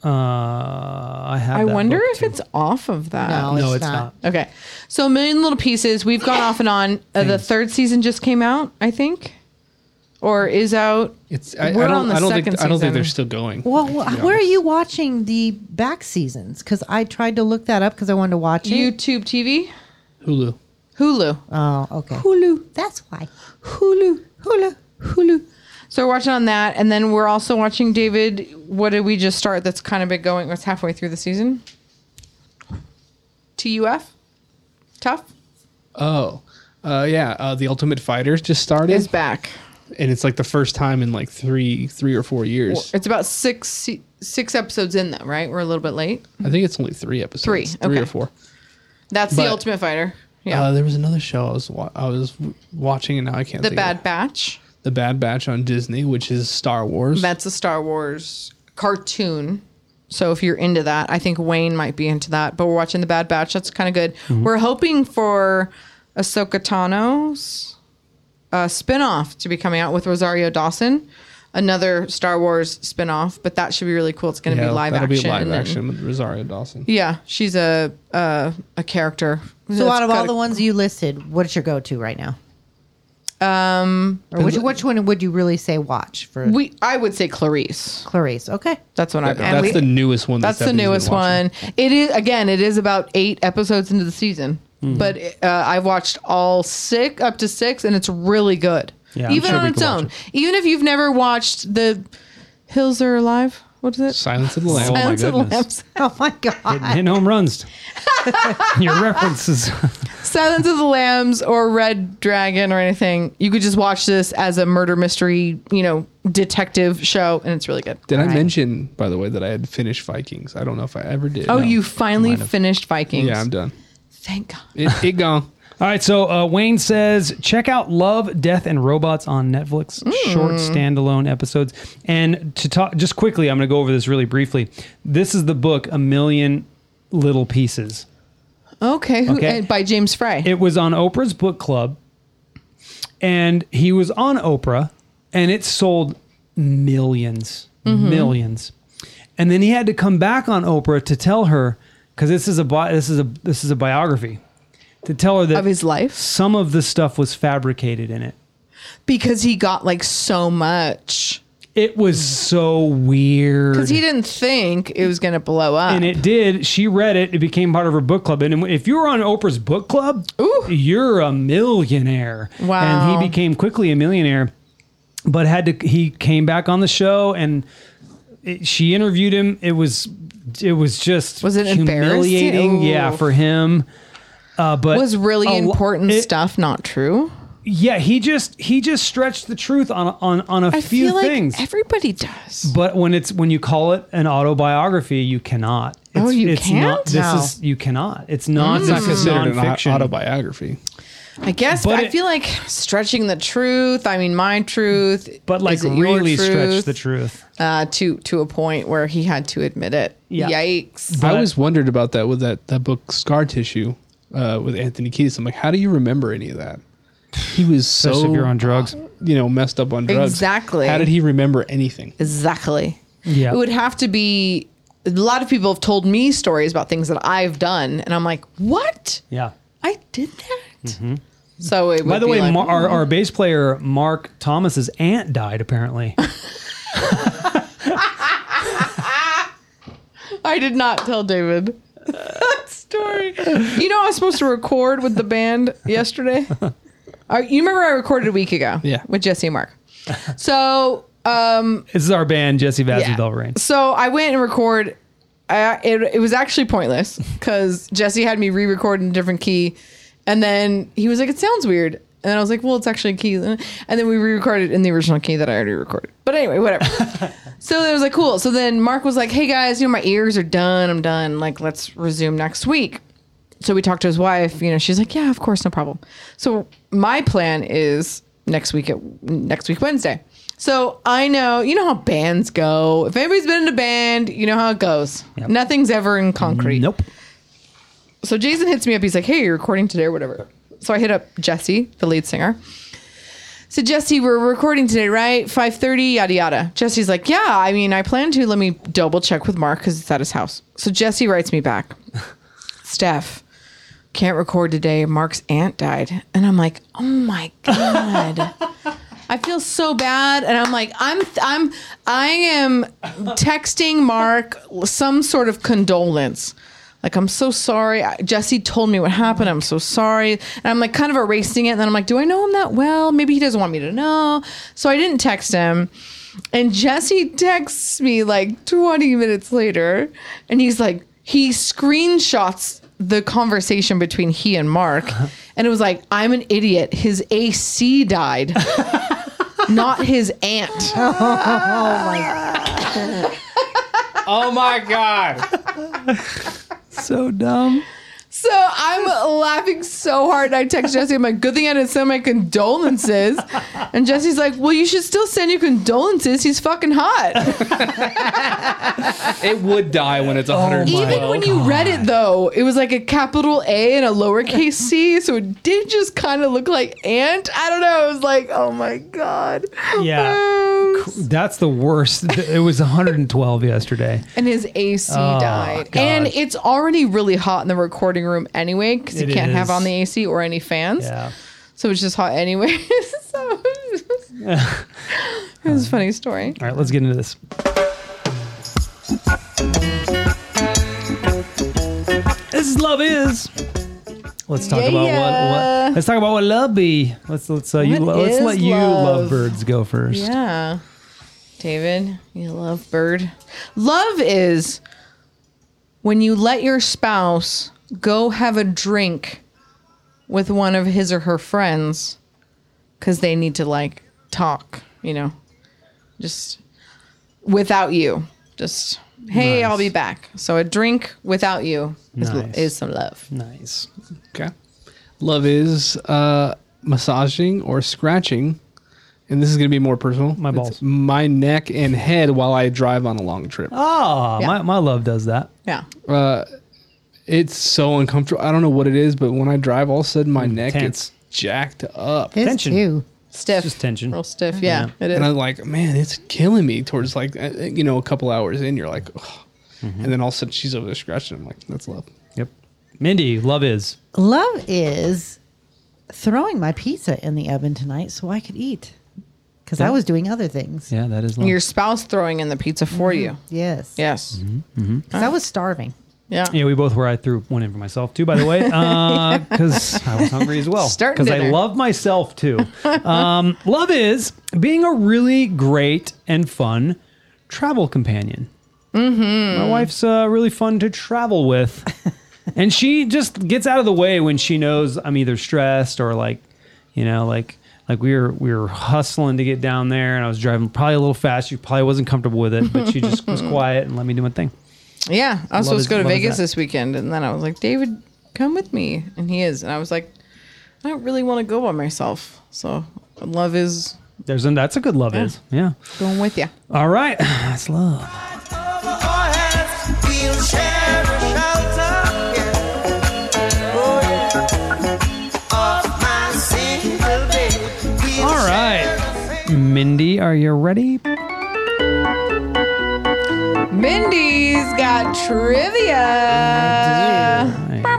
Uh, I have.
I
that
wonder
book
if
too.
it's off of that.
No,
no,
it's
it's
not.
not.
Okay. So a million little pieces. We've gone off and on. Uh, the third season just came out, I think, or is out.
It's I, I
We're on
don't
the
I don't think
second
I don't
season.
think they're still going.
Well,
to
wh-
be
where are
honest.
you watching the back seasons? Because I tried to look that up because I wanted to watch it.
YouTube TV,
Hulu.
Hulu,
Oh, okay.
Hulu,
That's why.
Hulu, Hulu, Hulu. So we're watching on that, and then we're also watching David. What did we just start? That's kind of been going. What's halfway through the season? TUF, tough
Oh. Uh, yeah, uh, the Ultimate Fighter just started,
is back.
and it's like the first time in like three, three or four years.
It's about six se- six episodes in though, right? We're a little bit late.
I think it's only three episodes,
Three, okay.
or four.
That's the
But-
Ultimate Fighter. Yeah,
Uh, there was another show I was wa- I was w- watching, and now I can't.
the
think
Bad
Of
Batch.
it. The Bad Batch on Disney, which is Star Wars.
That's a Star Wars cartoon. So if you're into that, I think Wayne might be into that. But we're watching The Bad Batch. That's kind of good.
Mm-hmm.
We're hoping for Ahsoka Tano's uh, spinoff to be coming out with Rosario Dawson, another Star Wars spinoff. But that should be really cool. It's going to be live
that'll
action.
be live
and-
action with Rosario Dawson.
yeah, she's a a, a character.
So, out of all
kinda-
the ones you listed, what's your go-to right now? Um, or which which one would you really say watch for
we, I would say Clarice.
Clarice? Okay, [laughs]
That's what I'm. and
That's
we-
the newest one. that
That's the
Stephanie's been
newest
watching.
one. It is again. It is about eight episodes into the season,
Mm-hmm.
but uh, I've watched all six up to six, and it's really good.
Yeah, I'm
even
sure
on
we
its
could watch
own. Even if you've never watched the Hills Are Alive, what is it?
Silence of the Lambs.
my
Silence of the
goodness.
Lambs.
oh my god,
Hitting home
[laughs]
runs. Your references.
Silence of the Lambs or Red Dragon or anything. You could just watch this as a murder mystery, you know, detective show, and it's really good.
Did I mention, by the way, that I had finished Vikings? I don't know if I ever did.
Oh,
No.
you finally finished Vikings.
Yeah, I'm done.
Thank God.
It, it gone.
All right, so uh, Wayne says check out Love, Death, and Robots on Netflix. Short
Mm.
standalone episodes. And to talk just quickly, I'm going to go over this really briefly. This is the book A Million Little Pieces.
Okay, who,
Okay.
eh, by James Fry.
It was on Oprah's book club, and he was on Oprah, and it sold 1000000s
Mm-hmm.
millions. And then he had to come back on Oprah to tell her because this is a bi- this is a this is a biography to tell her that
of his life.
some of the stuff was fabricated in it.
because he got like so much
It was so weird.
because he didn't think it was gonna blow up.
and it did. She read it. It became part of her book club. And if you were on Oprah's book club, you're a millionaire.
Wow.
And he became quickly a millionaire, but had to. He came back on the show, and it, she interviewed him. It was, it was just
Was it embarrassing?
humiliating? Yeah,
Ooh.
for him. Uh, but
was really
a lo-
important
it-
stuff not true.
Yeah, he just he just stretched the truth on on on a
I
few
feel like
things.
everybody does.
But when it's when you call it an autobiography, you cannot. It's,
Oh, you
it's Not,
can't? Mm.
this
No.
is you cannot. It's not.
It's not considered an au-
nonfiction.
autobiography.
I guess
but
I
it-
feel like stretching the truth. I mean, my truth,
but like
is it your
really stretch the truth.
uh, to to a point where he had to admit it.
Yeah.
Yikes!
I
But-
always wondered about that with that, that book Scar Tissue uh, with Anthony Kiedis. I'm like, how do you remember any of that? He was
[sighs]
so
Especially if you're on drugs.
you know, messed up on drugs.
Exactly.
How did he remember anything?
Exactly.
Yeah.
It would have to be. A lot of people have told me stories about things that I've done, and I'm like, what?
Yeah.
I did that. So it
Mm-hmm.
would
By the
be
way,
like, mm.
Mar- our, our bass player Mark Thomas's aunt died
[laughs]
apparently.
I did not tell David that story. You know, I was supposed to record with the band yesterday. Uh, you remember I recorded a week ago?
Yeah.
With Jesse and Mark. So, um,
this is our band Jesse Vaz
yeah.
and Del Rain.
so I went and record. I, it, it was actually pointless because Jesse had me re-record in a different key, and then he was like, "It sounds weird," and then I was like, "Well, it's actually a key," and then we re-recorded in the original key that I already recorded. But anyway, whatever. So it was like cool. So then Mark was like, "Hey guys, you know my ears are done. I'm done. Like let's resume next week." So we talked to his wife. You know, she's like, "Yeah, of course, no problem." So my plan is next week at next week Wednesday. So I know you know how bands go. If anybody's been in a band, you know how it goes.
Yep.
Nothing's ever in concrete.
Nope.
So Jason hits me up. He's like, "Hey, you're recording today or whatever." So I hit up Jesse, the lead singer. So Jesse, we're recording today, right? Five thirty, yada yada. Jesse's like, "Yeah, I mean, I plan to. Let me double check with Mark because it's at his house." So Jesse writes me back, "Steph, can't record today. Mark's aunt died," and I'm like, "Oh my god." I feel so bad, and I'm like, I'm, I'm, I am texting Mark some sort of condolence. Like, I'm so sorry. I- Jesse told me what happened. I'm so sorry. And I'm like, kind of erasing it. And then I'm like, do I know him that well? Maybe he doesn't want me to know. So I didn't text him. And Jesse texts me like 20 minutes later, and he's like, he screenshots the conversation between he and Mark, and it was like, I'm an idiot. His AC died, not his aunt.
Oh my god!
[laughs] So dumb.
So I'm laughing so hard. I text Jesse. I'm like, good thing I didn't send my condolences. And Jesse's like, well, you should still send your condolences. He's fucking hot.
it would die when it's 100.
my-
Even when you read it, though, it was like a capital A and a lowercase c. So it did just kind of look like ant. I don't know. It was like, oh my God.
Yeah.
Um,
That's the worst. It was 112
[laughs]
yesterday.
and his AC died.
gosh.
And it's already really hot in the recording room anyway because you
It
can't have
is.
on the AC or any fans.
Yeah.
So it's just hot anyway. [laughs] so it was, it
Uh-huh.
was a funny story.
All right, let's get into this. This is love is. Let's talk
Yeah,
about what,
yeah.
what. Let's talk about what love be. Let's let's uh, you
What
lo- let's
is
let you
love?
lovebirds go first.
Yeah. David, you love bird. Love is when you let your spouse go have a drink with one of his or her friends because they need to like talk, you know, just without you. Just, hey,
Nice.
I'll be back. So a drink without you is,
Nice.
is some love.
Nice.
Okay. Love is uh, massaging or scratching, and this is gonna be more personal.
My
It's
balls.
my neck and head while I drive on a long trip.
Oh,
Yeah.
my, my love does that.
Yeah.
Uh, it's so uncomfortable. I don't know what it is, but when I drive, all of a sudden my neck
Mm, tense.
gets jacked up.
His
Tension.
too.
Stiff.
just tension.
Real stiff. Yeah, it is.
and I'm like, man, it's killing me. Towards like, uh, you know, a couple hours in, you're like, "Ugh."
Mm-hmm.
and then all of a sudden she's over there scratching. I'm like, that's love. [laughs]
Yep. Mindy, love is.
Love is throwing my pizza in the oven tonight so I could eat because I was doing other things.
Yeah, that is love.
Your spouse throwing in the pizza for you.
Yes.
Mm-hmm. Yes.
'Cause I was starving.
Yeah.
Yeah, we both were. I threw one in for myself too, by the way, because I was hungry as well.
Starting
Because I
dinner.
love myself too. Um, love is being a really great and fun travel companion. Mm-hmm. My wife's uh, really fun to travel with, and she just gets out of the way when she knows I'm either stressed or like, you know, like. Like we were we were hustling to get down there, and I was driving probably a little fast. She probably wasn't comfortable with it, but she just was quiet and let me do my thing.
Yeah, I was
Love
supposed
is-
to go to
love is
Vegas
that.
this weekend, and then I was like, David, come with me, and he is, and I was like, I don't really want to go by myself, so love is
There's and that's a good love is yeah.
going with you.
All right, [sighs] that's love. All right, Mindy, are you ready?
Mindy's got trivia.
All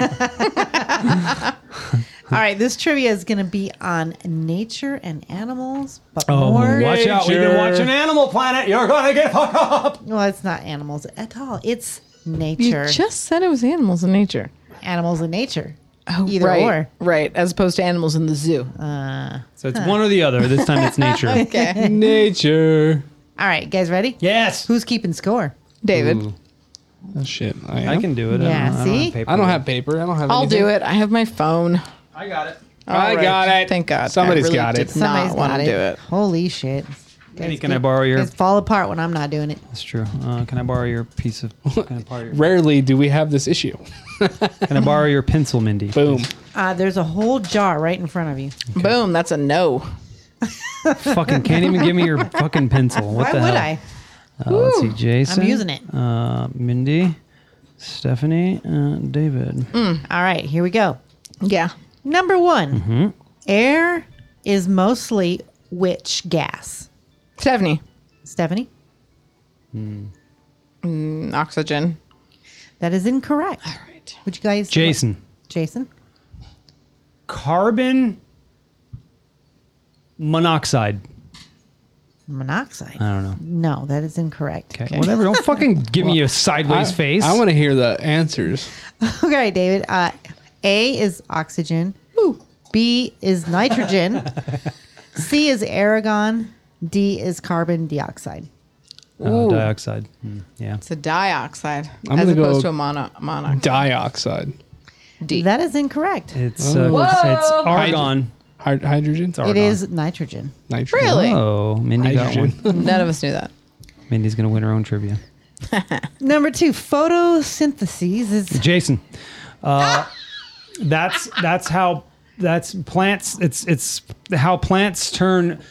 right.
All right, this trivia is going to be on nature and animals, but
Oh,
more.
watch out! We've been
Nature.
watching Animal Planet. You're gonna get fucked up.
Well, it's not animals at all. It's
You
nature.
just said it was animals in nature.
animals and nature. Oh, Either
right,
or.
Right, as opposed to animals in the zoo.
So it's one or the other. This time it's
[laughs]
nature.
okay.
Nature.
All right, guys, ready?
yes,
Who's keeping score?
David,
Oh shit. I,
I
am.
can do it.
Yeah,
I don't,
see?
I don't have paper. I don't have.
I'll
anything.
do it. I have my phone.
I got it.
I
All
got it.
Thank God.
Somebody's
I really
got
did
it.
Somebody's
Not want
got
to
it.
do it.
Holy shit.
Hey,
Guys
can I
keep-
borrow your?
guys fall apart when I'm not doing it.
That's true. Uh, can I borrow your piece [laughs] of? Can I borrow your,
Rarely do we have this issue.
can I borrow your pencil, Mindy? [laughs]
Boom.
Uh, there's a whole jar right in front of you.
Boom. That's a no.
fucking can't even give me your fucking pencil. What
Why
the
would
hell?
I?
Uh, let's see, Jason.
using it.
Uh, Mindy, Stephanie, uh, David.
All right, here we go.
Yeah.
Number one air is mostly which gas?
Stephanie,
Stephanie?
mm, oxygen.
That is incorrect.
Uh,
All
right.
Would you guys?
Jason,
Jason?
carbon monoxide.
Monoxide.
I don't know.
No, that is incorrect. [laughs]
Okay, whatever. Don't
[laughs]
fucking give me a sideways
I,
face.
I want to hear the answers.
Okay, David. Uh, A is oxygen. B is nitrogen. C is aragon. D is carbon dioxide.
uh, dioxide. Mm, yeah.
It's a dioxide
I'm
as
gonna go-
opposed to a mono, mono
Dioxide.
D.
That is incorrect.
It's uh, it's, it's argon.
Hyd- hydrogen.
It is nitrogen.
Nitrogen.
really?
Oh, Mindy got one.
Hydrogen.
None of us knew that.
Mindy's gonna win her own trivia.
Number two, photosynthesis is
Jason, uh, that's that's how that's plants. It's it's how plants turn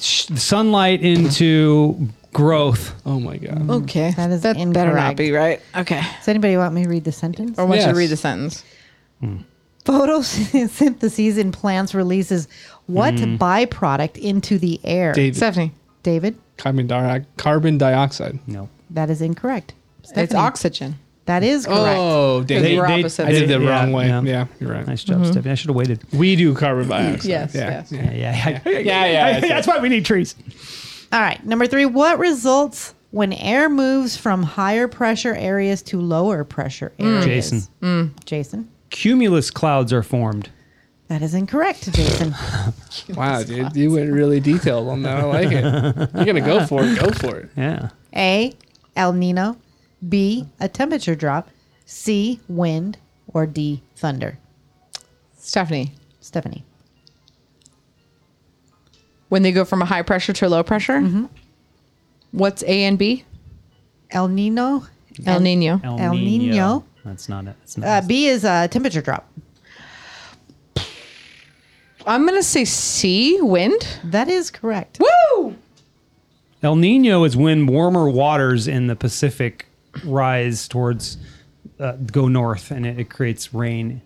sh- sunlight into growth.
[laughs] oh my god.
Okay.
That is
that better
incorrect.
not be right. Okay.
Does anybody want me to read the sentence?
Or want you
Yes.
to read the sentence?
[laughs] Photosynthesis in plants releases what byproduct into the air?
David.
Stephanie.
David,
Carbon, di- carbon dioxide.
No,
that is incorrect.
It's
Stephanie,
oxygen.
That is correct.
Oh, damn.
They-
it.
We're opposite.
I did the
yeah,
wrong way. Mm-hmm.
yeah.
Yeah. you're right.
Nice job, Stephanie. I should have waited.
We do carbon dioxide.
Yes,
Yeah.
yes.
Yeah.
Yeah, yeah, [laughs] yeah.
Yeah, yeah, that's
that's why we need trees.
All right. Number three, what results when air moves from higher pressure areas to lower pressure areas? Mm.
Jason,
Jason.
cumulus clouds are formed.
That is incorrect, Jason.
[laughs] Wow, dude, you went really detailed on that. I like [laughs] it. You're gonna go for it. Go for it.
Yeah,
A, El Nino. B, a temperature drop. C, wind. Or D, thunder.
Stephanie.
Stephanie.
When they go from a high pressure to a low pressure? What's A and B?
El Nino.
El
and-
Nino.
El Niño.
That's not it. That's not
Uh,
it.
B is a temperature drop.
I'm going to say C, wind.
That is correct.
Woo!
El Nino is when warmer waters in the Pacific rise towards uh, go north, and it, it creates rain.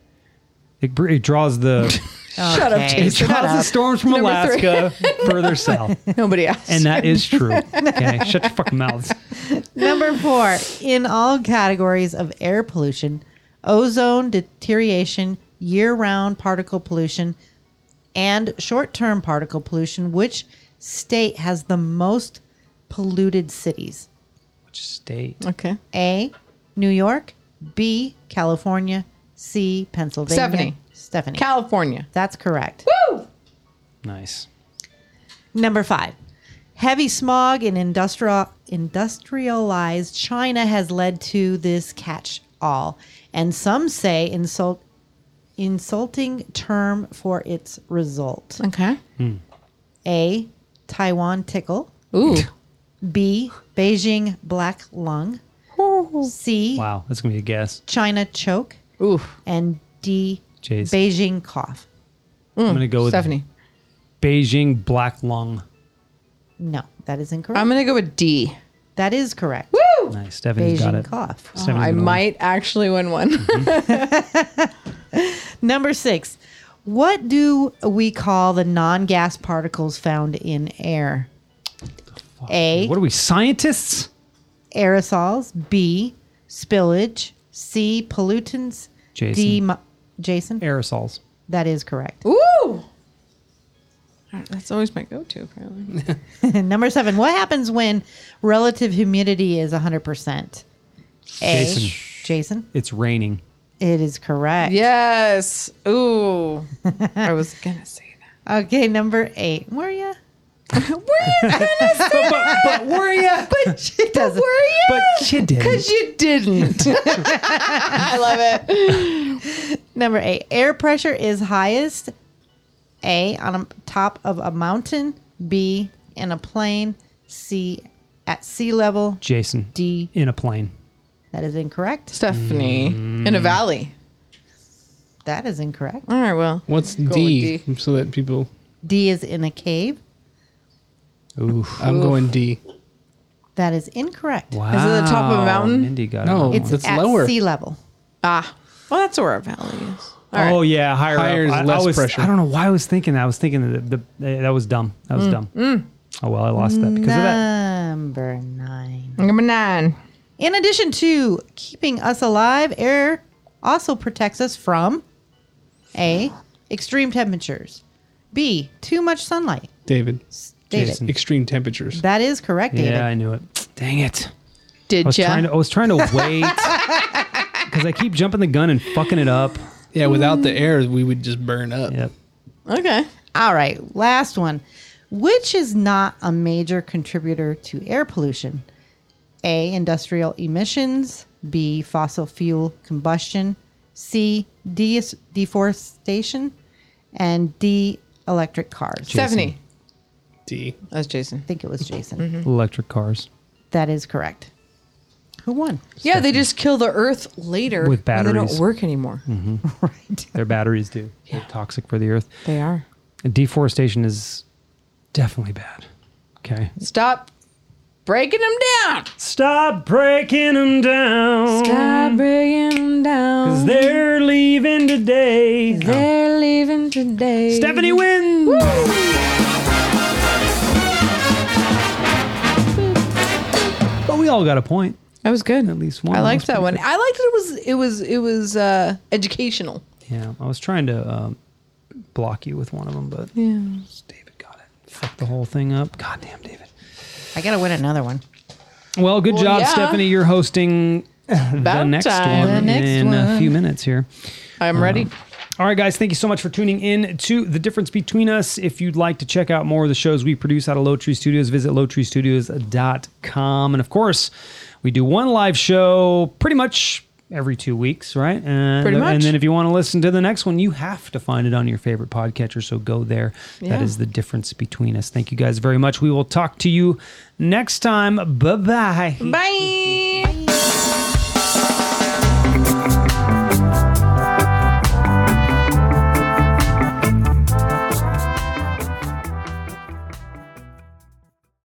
It, br- it draws [laughs] the
Shut up,
Okay.
it
Chase.
draws the storms from
Number three.
Alaska [laughs] further south,
[laughs] Nobody else.
and that is true. [laughs] Okay, shut your fucking mouths.
Number four, in all categories of air pollution, ozone deterioration, year round particle pollution, and short term particle pollution, which state has the most polluted cities?
Which state?
okay.
A, New York, B, California, C, Pennsylvania.
Stephanie.
Stephanie.
California.
That's correct.
Nice.
Number five, heavy smog in industrial industrialized China has led to this catch-all, and some say insult insulting term for its result.
Okay.
A. Taiwan tickle.
[laughs] Ooh.
B. Beijing black lung. C.
Wow, that's gonna be a guess.
China choke.
Ooh.
And D.
Jeez.
Beijing cough.
I'm gonna go with
Stephanie.
Beijing black lung.
No, that is incorrect.
Um,
I'm going to go with D.
that is correct.
Woo!
Nice, Stephanie's got
Beijing
it.
cough.
Stephanie's
Oh, I
gonna win.
might actually
[laughs]
win one.
Number six, what do we call the non gas particles found in air? A.
What are we scientists?
Aerosols. B. Spillage. C. Pollutants. D.
Jason.
Mo- Jason.
Aerosols.
That is correct.
Ooh. That's always my go-to. Apparently,
Number seven. What happens when relative humidity is 100%? A.
Jason.
Jason.
It's raining.
It is correct.
yes.
[laughs]
Ooh, I was gonna say
Okay, number eight. Were you?
[laughs] that. We're gonna say
But, but were you?
[laughs] But she doesn't.
were you?
But you didn't.
Because you didn't. I love it.
Number eight. Air pressure is highest. A on a, top of a mountain. B in a plane. C at sea level.
Jason.
D.
In a plane.
That is
[laughs]
incorrect.
Stephanie in a valley.
That is incorrect.
All right, well.
What's
with
D, So that people,
D is in a cave.
Ooh.
I'm going D.
That is incorrect.
Wow.
Is it the top of a mountain?
Mindy got
No,
it.
It's
That's
at
lower.
sea level.
Ah, well, that's where a valley is. All right.
Oh yeah, higher,
Higher
up.
is
I- I
less
was-
pressure.
I don't know why I was thinking that. I was thinking that the, the, that was dumb. That
Mm,
was dumb. Oh well, I lost that because of that.
Number nine.
Number nine.
In addition to keeping us alive, air also protects us from A. Extreme temperatures. B. Too much sunlight.
David,
David.
Jason.
extreme temperatures.
That is correct, David.
Yeah, I knew it. Dang it. I
Did
was trying
ya?
to. I was trying
[laughs]
to wait because I keep jumping the gun and fucking it up.
Yeah, without the air, we would just burn up.
Yep.
Okay.
All right, last one. Which is not a major contributor to air pollution? A. Industrial emissions. B. Fossil fuel combustion. C. De- deforestation. And D. Electric cars.
Stephanie.
D.
That's Jason.
I think it was Jason.
Mm-hmm. Electric cars
That is correct. Who won?
Yeah, they just kill the earth later
With
when They
batteries.
don't work anymore.
Right.
their batteries do. They're toxic for the earth.
They are.
And deforestation is definitely bad. Okay.
Stop breaking them down.
Stop breaking them down.
Stop breaking them down.
They're leaving today.
They're leaving today.
Stephanie wins. But we all got a point.
That was good.
At least one.
I liked
was
that
pretty good.
one. I liked it was it was it was uh educational.
Yeah, I was trying to um, block you with one of them, but
Yeah.
David got it. Fucked the whole thing up. Goddamn, David.
I gotta win another one.
Well, good
Well,
job,
yeah.
Stephanie. You're hosting the
About
next one
time. The next
in a
one.
few Uh, minutes here.
I'm ready.
All right, guys, thank you so much for tuning in to The Difference Between Us. If you'd like to check out more of the shows we produce out of Low Tree Studios, visit lowtreestudios.com. And of course, we do one live show pretty much every two weeks, right? And,
Pretty much.
And then if you want to listen to the next one, you have to find it on your favorite podcatcher. So go there. That
Yeah.
is the difference between us. Thank you guys very much. We will talk to you next time. Bye bye.
Bye.